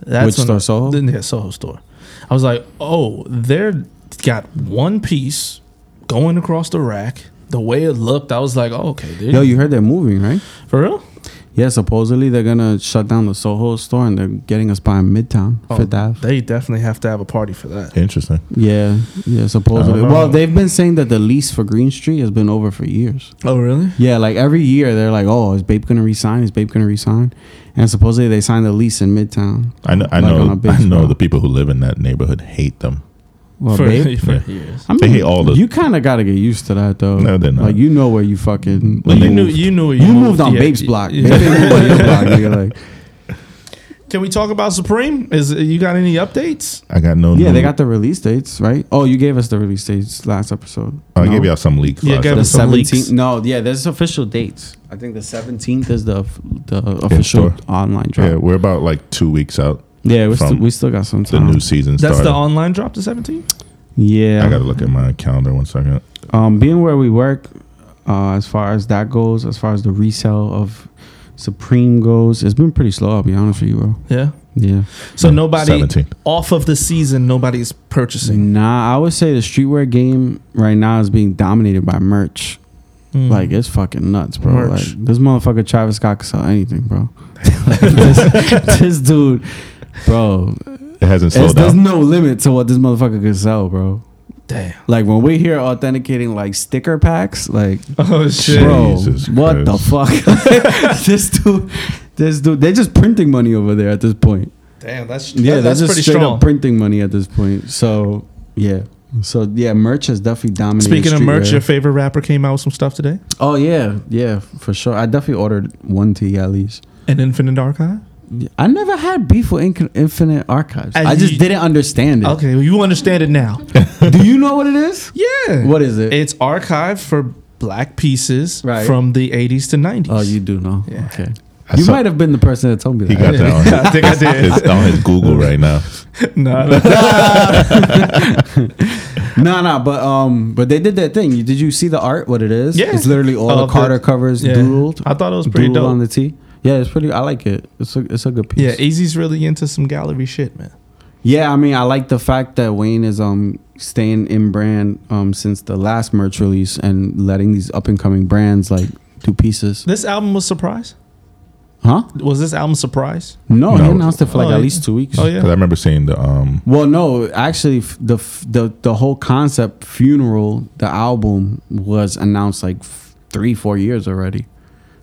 Which when store, I- Soho? The, yeah, Soho store. I was like, oh, they're got one piece going across the rack. The way it looked, I was like, oh, okay, dude. Yo, you heard they're moving, right? for real? Yeah, supposedly they're gonna shut down the Soho store and they're getting us by Midtown Oh, Fifth Ave. They definitely have to have a party for that. Interesting. Yeah, yeah, supposedly. Oh. Uh, well, they've been saying that the lease for Green Street has been over for years. Oh, really? Yeah, like every year they're like, "Oh, is Babe gonna resign? Is Babe gonna resign?" And supposedly they signed the lease in Midtown. I know. I Like on a know. big I know scale. the people who live in that neighborhood hate them. Well, for *laughs* Babe, for Yeah. years. I mean, They hate all the. You kind of got to get used to that though. No, they're not. Like you know where you fucking. When you they knew, moved. you knew, You moved on yeah, Babe's yeah, *laughs* block. yeah. Babe didn't move *laughs* on your block. Nigga. *laughs* Like, Can we talk about Supreme? Is you got any updates? I got no. yeah, new- they got the release dates right. Oh, you gave us the release dates last episode. Oh, I No? gave y'all some leaks. Yeah, last give the us episode. some seventeenth. leaks. No, yeah, there's official dates. I think the seventeenth is the the official sure. online drop. Yeah, Yeah, we're about like two weeks out. we, From still, we still got some The time. new season That's started. the online drop to 17? Yeah, I gotta look at my calendar one second. um, being where we work, uh, as far as that goes, as far as the resale of Supreme goes, it's been pretty slow. I'll be honest with you, bro. Yeah. Yeah. So nobody 17. off of the season, nobody's purchasing. Nah, I would say the streetwear game right now is being dominated by merch. Mm. Like it's fucking nuts, bro. Merch. Like this motherfucker Travis Scott can sell *laughs* anything, bro. *laughs* this, this dude, bro. It hasn't it's- slowed There's down. no limit to what this motherfucker can sell, bro. damn. Like when we hear authenticating like sticker packs, like Oh, shit. bro, Jesus what the Christ. fuck? *laughs* this dude, this dude, they're just printing money over there at this point. Damn, that's, Yeah, that- that's that's, just pretty straight strong. up printing money at this point. So yeah, so yeah, merch has definitely dominated. Speaking of merch, streetwear. your favorite rapper came out with some stuff today? oh yeah, yeah, for sure. I definitely ordered one tee at least. An Infinite Archive? I never had beef with Inc- Infinite Archives. And I just you- didn't understand it. Okay, well, you understand it now. Do you know what *laughs* it is? yeah. What is it? It's archived for black pieces Right. from the 80s to 90s. *laughs* oh, you do know. Yeah. Okay. I You saw- might have been the person that told me He that. got that *laughs* on. I think I did. It's on his Google right now. no, No, no, but um, but they did that thing. You- Did you see the art? What it is? Yeah. it's literally all Oh, the Carter the- covers yeah. doodled. I thought it was pretty doodled dope. on the tee. Yeah, it's pretty. I like it. It's a it's a good piece. yeah, Easy's really into some gallery shit, man. Yeah, I mean, I like the fact that Wayne is um staying in brand um since the last merch release and letting these up and coming brands like do pieces. This album was surprise. Huh? Was this album surprise? No, he No. announced it for like Oh, at yeah. least two weeks. Oh Because I *laughs* yeah. remember seeing the um. Well, no, actually, f- the f- the the whole concept funeral, the album was announced like f- three four years already.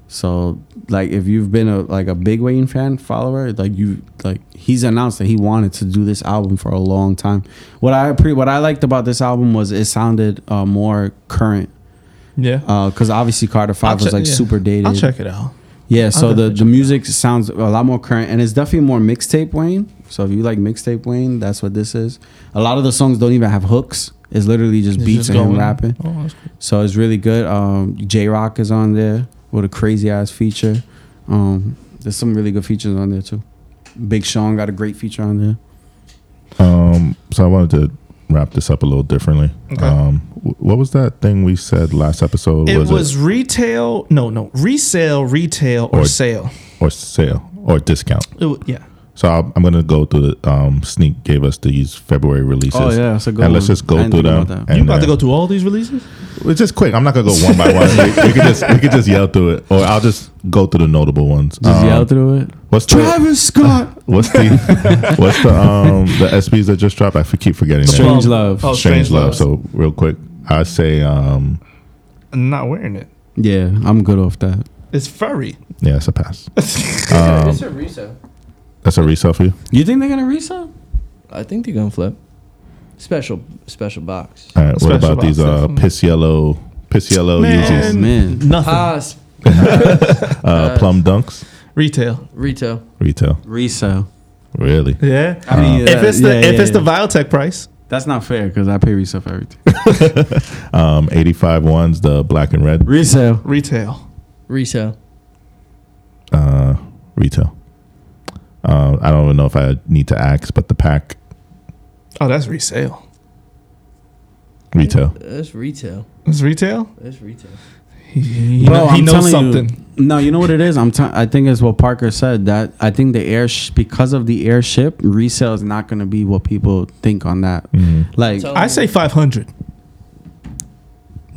So, like, if you've been a like a big Wayne fan follower, like you like he's announced that he wanted to do this album for a long time. What I pre- what I liked about this album was it sounded uh, more current Yeah. because obviously Carter I'll Five was check- like yeah. super dated. I'll check it out. Yeah, so the, definitely the music sounds a lot more current and it's definitely more mixtape Wayne. So if you like mixtape Wayne, that's what this is. A lot of the songs don't even have hooks. It's literally just It's beats just and him going- rapping. Oh, that's cool. So it's really good. Um, J Rock is on there with a crazy ass feature. Um, there's some really good features on there too. Big Sean got a great feature on there. Um, so I wanted to wrap this up a little differently. Okay. Um, wh- what was that thing we said last episode? It was retail. No, no, resale, retail, or, Or- sale. or sale or discount. It wa- yeah. So I'll, I'm gonna go through the um. Sneak gave us these February releases. Oh, yeah, that's a good And let's one. just I go didn't through think them. about that. and you about to then- go through all these releases? It's just quick. I'm not gonna go one *laughs* by one. we, we could just we could just yell through it, or I'll just go through the notable ones. Just Um, yell through it. What's the Travis *laughs* Scott, what's *laughs* the what's the um the SPs that just dropped? I f- keep forgetting. that. Strange Well, Love. Oh, Strange love. So real quick, I say um I'm not wearing it. Yeah, I'm good off that. It's furry. *laughs* yeah, it's a pass. it's a resale. That's a resale for you. You think they're gonna resell? I think they're gonna flip. Special special box. All right. Special what about box, these uh definitely. piss yellow piss yellow Man. Yeezys, Oh, man, Nothing. Ah, s- uh, plum dunks Retail. retail. retail? resell. Really? Yeah. I mean, if it's the yeah, if yeah, it's the yeah. Viotech price, that's not fair because I pay resale for everything. Um, 85 ones, the black and red resale. retail. Resale. uh, retail. Uh, I don't even know if I need to ask, but the pack Oh, that's resale. retail. That's retail. It's retail. That's retail. He, he Bro, know- he I'm knows telling you. something. No, you know what it is. I'm. T- I think it's what Parker said. That I think the air sh- because of the airship resale is not going to be what people think on that. Mhm. Like So- I I say five hundred.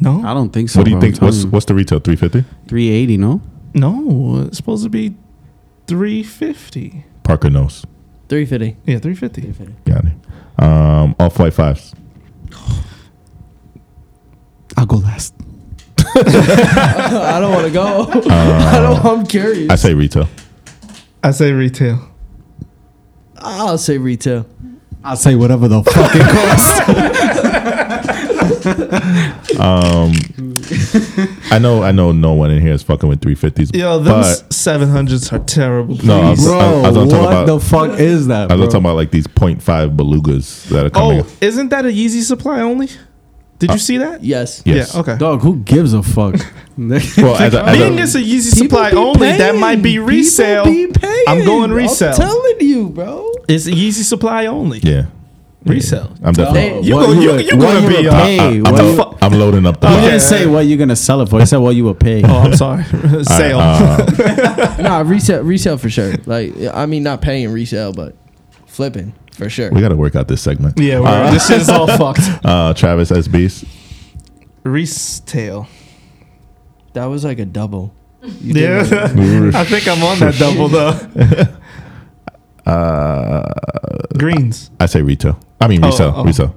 No, don't think so. What do you think? What's what's the retail? 350? three eighty? No, no, it's supposed to be three fifty. Parker knows. 350. Yeah, three fifty. 350. Got it. Um, off white fives. I'll go last. *laughs* I don't want to go. *laughs* I don't. I'm curious. I say retail. I say retail. I'll say retail. I'll say *laughs* whatever the fuck it costs. Um, I know, I know, no one in here is fucking with 350s. Yo, but those seven hundreds are terrible. No, I was- Bro, I was gonna what talk about- the fuck is that? I was bro? talking about like these 0.5 belugas that are coming. Oh, isn't that a Yeezy supply only? Did Uh, you see that? Yes. Yes. Yeah. Okay. Dog, who gives *laughs* a fuck? Well, as a, as Being a, it's a Yeezy People supply be only, that paying. might be People resale. be paying. I'm going resale. I'm telling you, bro. it's a Yeezy supply only. yeah, Resale. I'm definitely. You What go- you- were- you what gonna you be were a- paid, I, what you- am loading up the. He box. didn't say what you're gonna sell it for. He said what you would pay. Oh, I'm sorry. *laughs* All right, Sale. uh, nah, resale, resale for sure. Like, I mean, not paying resale, but flipping for sure. we got to work out this *laughs* segment. yeah, we're, this is all fucked. Uh, Travis S. Beast. Retail. That was like a double. You Yeah. did *laughs* it. I think I'm on that double though. *laughs* Uh, Greens. I say retail. I mean Oh, resale. oh. Resale.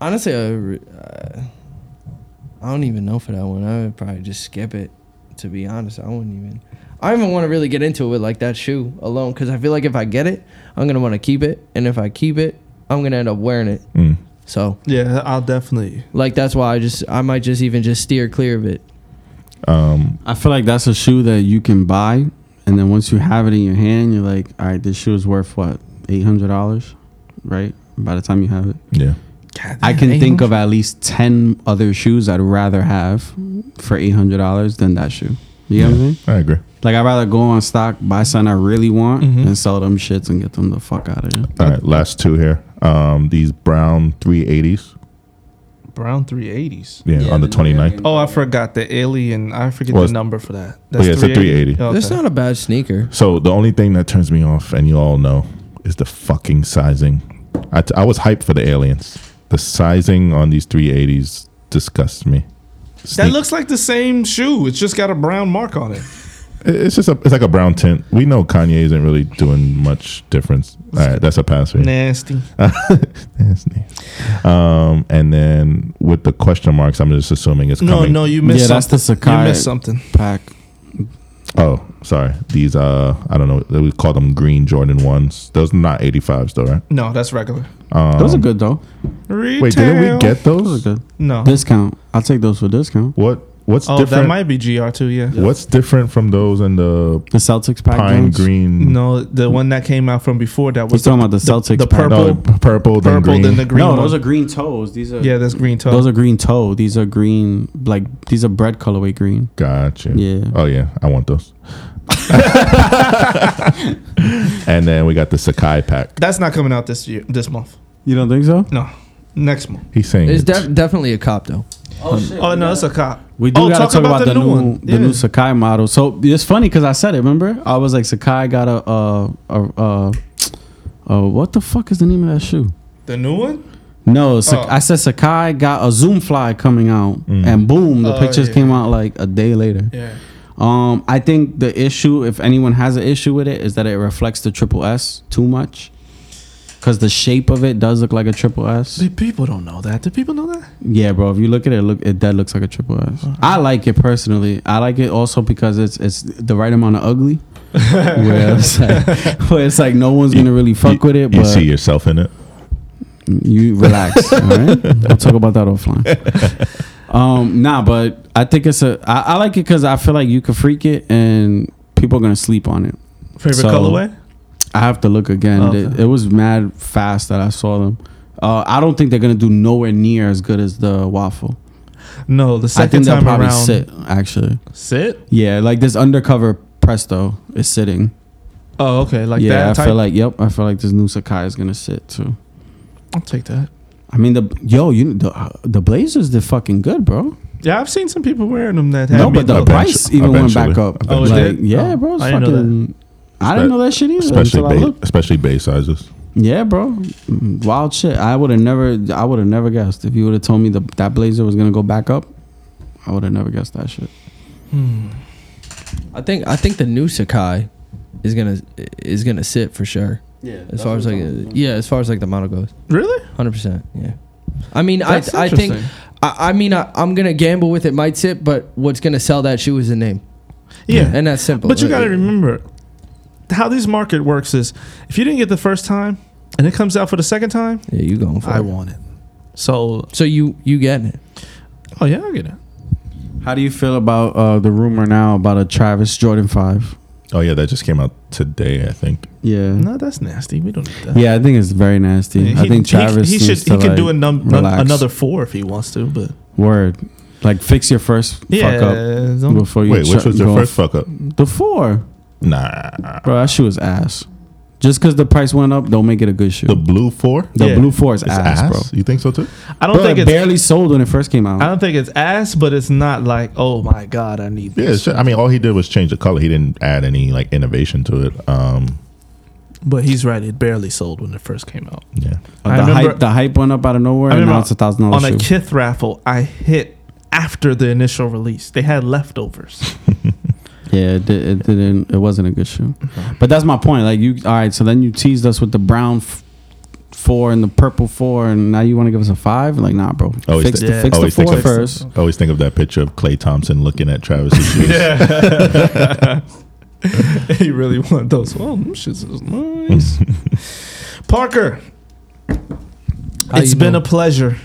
Honestly, I, re- uh, I don't even know for that one. I would probably just skip it. To be honest, I wouldn't even. I don't even want to really get into it with like that shoe alone because I feel like if I get it, I'm gonna want to keep it, and if I keep it, I'm gonna end up wearing it. Mm. So, Yeah, I'll definitely. like, that's why I just I might just even just steer clear of it. Um, I feel like that's a shoe that you can buy, and then once you have it in your hand, you're like, all right, this shoe is worth what eight hundred dollars, right? By the time you have it, yeah. I can think of at least ten other shoes I'd rather have for eight hundred dollars than that shoe. You know what I'm saying? I agree. Like I'd rather go on stock, buy something I really want, Mhm. and sell them shits and get them the fuck out of here. All right, last two here. Um, these brown 380s. Brown 380s. Yeah, on the 29th. Oh, I forgot the alien. I forget Well, the number for that. Oh, yeah, it's a 380. Okay. That's not a bad sneaker. So the only thing that turns me off, and you all know, is the fucking sizing. I, t- I was hyped for the aliens. The sizing on these 380s disgusts me. that Sneak- looks like the same shoe. It's just got a brown mark on it. It- It's just a. It's like a brown tint. We know Kanye isn't really doing much difference. All right, that's a pass for you. Nasty. Nasty. Um, and then with the question marks, I'm just assuming it's No, coming. no, you yeah, missed that's the something. you missed Sakai something. pack. Oh, sorry. These uh, I don't know. We call them green Jordan ones. Those are not 85s though, right? No, that's regular. Um, Those are good though. Retail. Wait, didn't we get Those those? are good. No. Discount. I'll take those for discount. What? What's oh, different? that might be GR2, yeah. What's different from those and the The Celtics pack. pine joints. green? No, the one that came out from before that He's was talking about the Celtics. the pack. purple, no, purple, then purple, green. then the green. no, one. those are green toes. These are yeah, that's green toe. Those are green toe. These are green, like these are bread colorway green. gotcha. Yeah. Uh, Oh yeah, I want *laughs* those. *laughs* and then we got the Sakai pack. that's not coming out this year, this month. You don't think so? No, next month. He's saying It's it's def- definitely a cop though. Oh shit. Oh no, that's a cop. We do Oh, gotta talk talk, about about, the the, new new, one. the Yeah. new Sakai model. So it's funny because I said it. Remember, I was like Sakai got a uh a uh, uh what the fuck is the name of that shoe? The new one? No, Sak- Oh. I said Sakai got a Zoom Fly coming out, and boom, the Oh, pictures yeah. came out like a day later. Yeah. Um, I think the issue, if anyone has an issue with it, is that it reflects the triple S too much. Cause the shape of it does look like a triple S. See, people don't know that. Do people know that? Yeah, bro. If you look at it, look it that looks like a triple S. I like it personally. I like it also because it's it's the right amount of ugly. where, it's like, *laughs* where it's like no one's gonna really fuck with it, You but see yourself in it. you relax. all right, we'll talk about that offline. Um, nah, but I think it's a. I, I like it because I feel like you could freak it and people are gonna sleep on it. Favorite So- colorway? I have to look again. Oh, Okay. It, it was mad fast that I saw them. Uh, I don't think they're gonna do nowhere near as good as the waffle. No, the I second think they'll time probably around, sit actually. sit. Yeah, like this undercover presto is sitting. Oh, okay, like yeah, that. I type. feel like yep. I feel like this new Sakai is gonna sit too. I'll take that. I mean the yo you the uh, the Blazers did fucking good, bro. Yeah, I've seen some people wearing them that. No, have no, me but the look. eventu- price even went back up. Oh, it Like, did? Yeah, Oh, bro. It's I didn't know that. fucking. I didn't know that shit either. especially until I bay, looked. especially bay sizes. Yeah, bro. Mm, Wild shit. I would have never. I would have never guessed if you would have told me the, that Blazer was gonna go back up. I would have never guessed that shit. I think I think the new Sakai is gonna is gonna sit for sure. Yeah. As far as like uh, yeah, as far as like the model goes, Really? hundred percent. Yeah. I mean, I That's I think interesting. I, I mean I, I'm gonna gamble with it might sit, but what's gonna sell that shoe is the name, Yeah. and that's simple. But you Uh, got to uh, remember how this market works is if you didn't get the first time and it comes out for the second time, Yeah, you going for I it. want it. So, So you you getting it? oh yeah, I get it. How do you feel about uh, the rumor now about a Travis Jordan five? Oh yeah, that just came out today, I think. Yeah. No, that's nasty. We don't need that. Hmm. Yeah, I think it's very nasty. Yeah, I he- think he- Travis. He, needs should. He to, could like, do a num- num- relax. another four if he wants to. But word. Like fix your first yeah, fuck up don't- before you. Wait, which tr- was your go- first fuck up? The four. Nah, Bro, that shoe was ass. Just because the price went up, don't make it a good shoe. the The, blue four. Yeah. blue four is It's ass, bro. You think so too? I don't Bro, think it it's. barely sold when it first came I out. don't think it's ass, but it's not like oh my god, I need Yeah, this. sure. I mean, all he did was change the color. He didn't add any like innovation to it. Um, But he's right. It barely sold when it first came out. yeah, The I remember- hype, the hype went up out of nowhere, I and remember now it's a thousand On dollar a shoe. Kith raffle, I hit after the initial release. They had leftovers. yeah, it, did, it didn't. It wasn't a good shoe. But that's my point. Like you, all right. So then you teased us with the brown f- four and the purple four, and now you want to give us a five? Like, nah, bro. Always fix thi- the, yeah. oh, fix the always think four of- first. I always think of that picture of Clay Thompson looking at *laughs* Travis's shoes. Yeah. he really wanted those. Well, them shits is nice. Parker, How it's you been know? a pleasure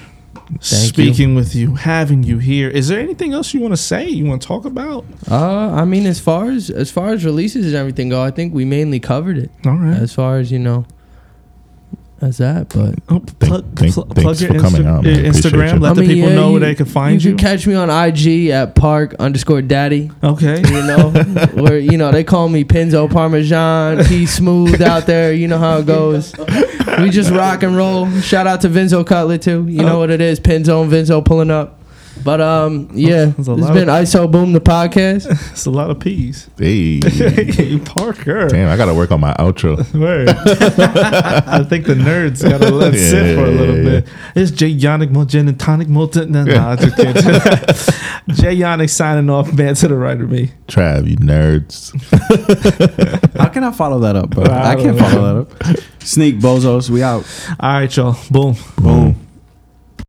you. speaking with you, having you here. Is there anything else you want to say? You want to talk about? Uh, I mean, as far as as far as releases and everything go, I think we mainly covered it. All right. As far as you know, as that. But Oh, plug thank- pl- thanks plug your for coming out, man. your Appreciate Instagram. you. Let I mean, the people yeah, know you- where they can find you you. can catch me on IG at park underscore daddy. *laughs* okay. You know, *laughs* where you know they call me Pinzo Parmesan, P Smooth out there. You know how it goes. We just rock and roll. Shout out to Vinzo Cutlet too. You Oh. know what it is, Pinzo and Vinzo pulling up. But um, yeah, That's it's a lot. been ISO Boom the podcast. It's a lot of peas. Hey, *laughs* *laughs* Parker. damn, I gotta work on my outro. Word. *laughs* I think the nerds gotta let it sit for a Yeah, little yeah, bit. It's Jay Yannick, Mo Gin and Tonic, Molten. No, no, I just *laughs* can't do that. Jay Yannick signing off, man, to the right of me. Trav, you nerds. How can I follow that up, bro? I I don't can't know. *laughs* follow that up. Sneak bozos, we out. All right, y'all. Boom. Boom.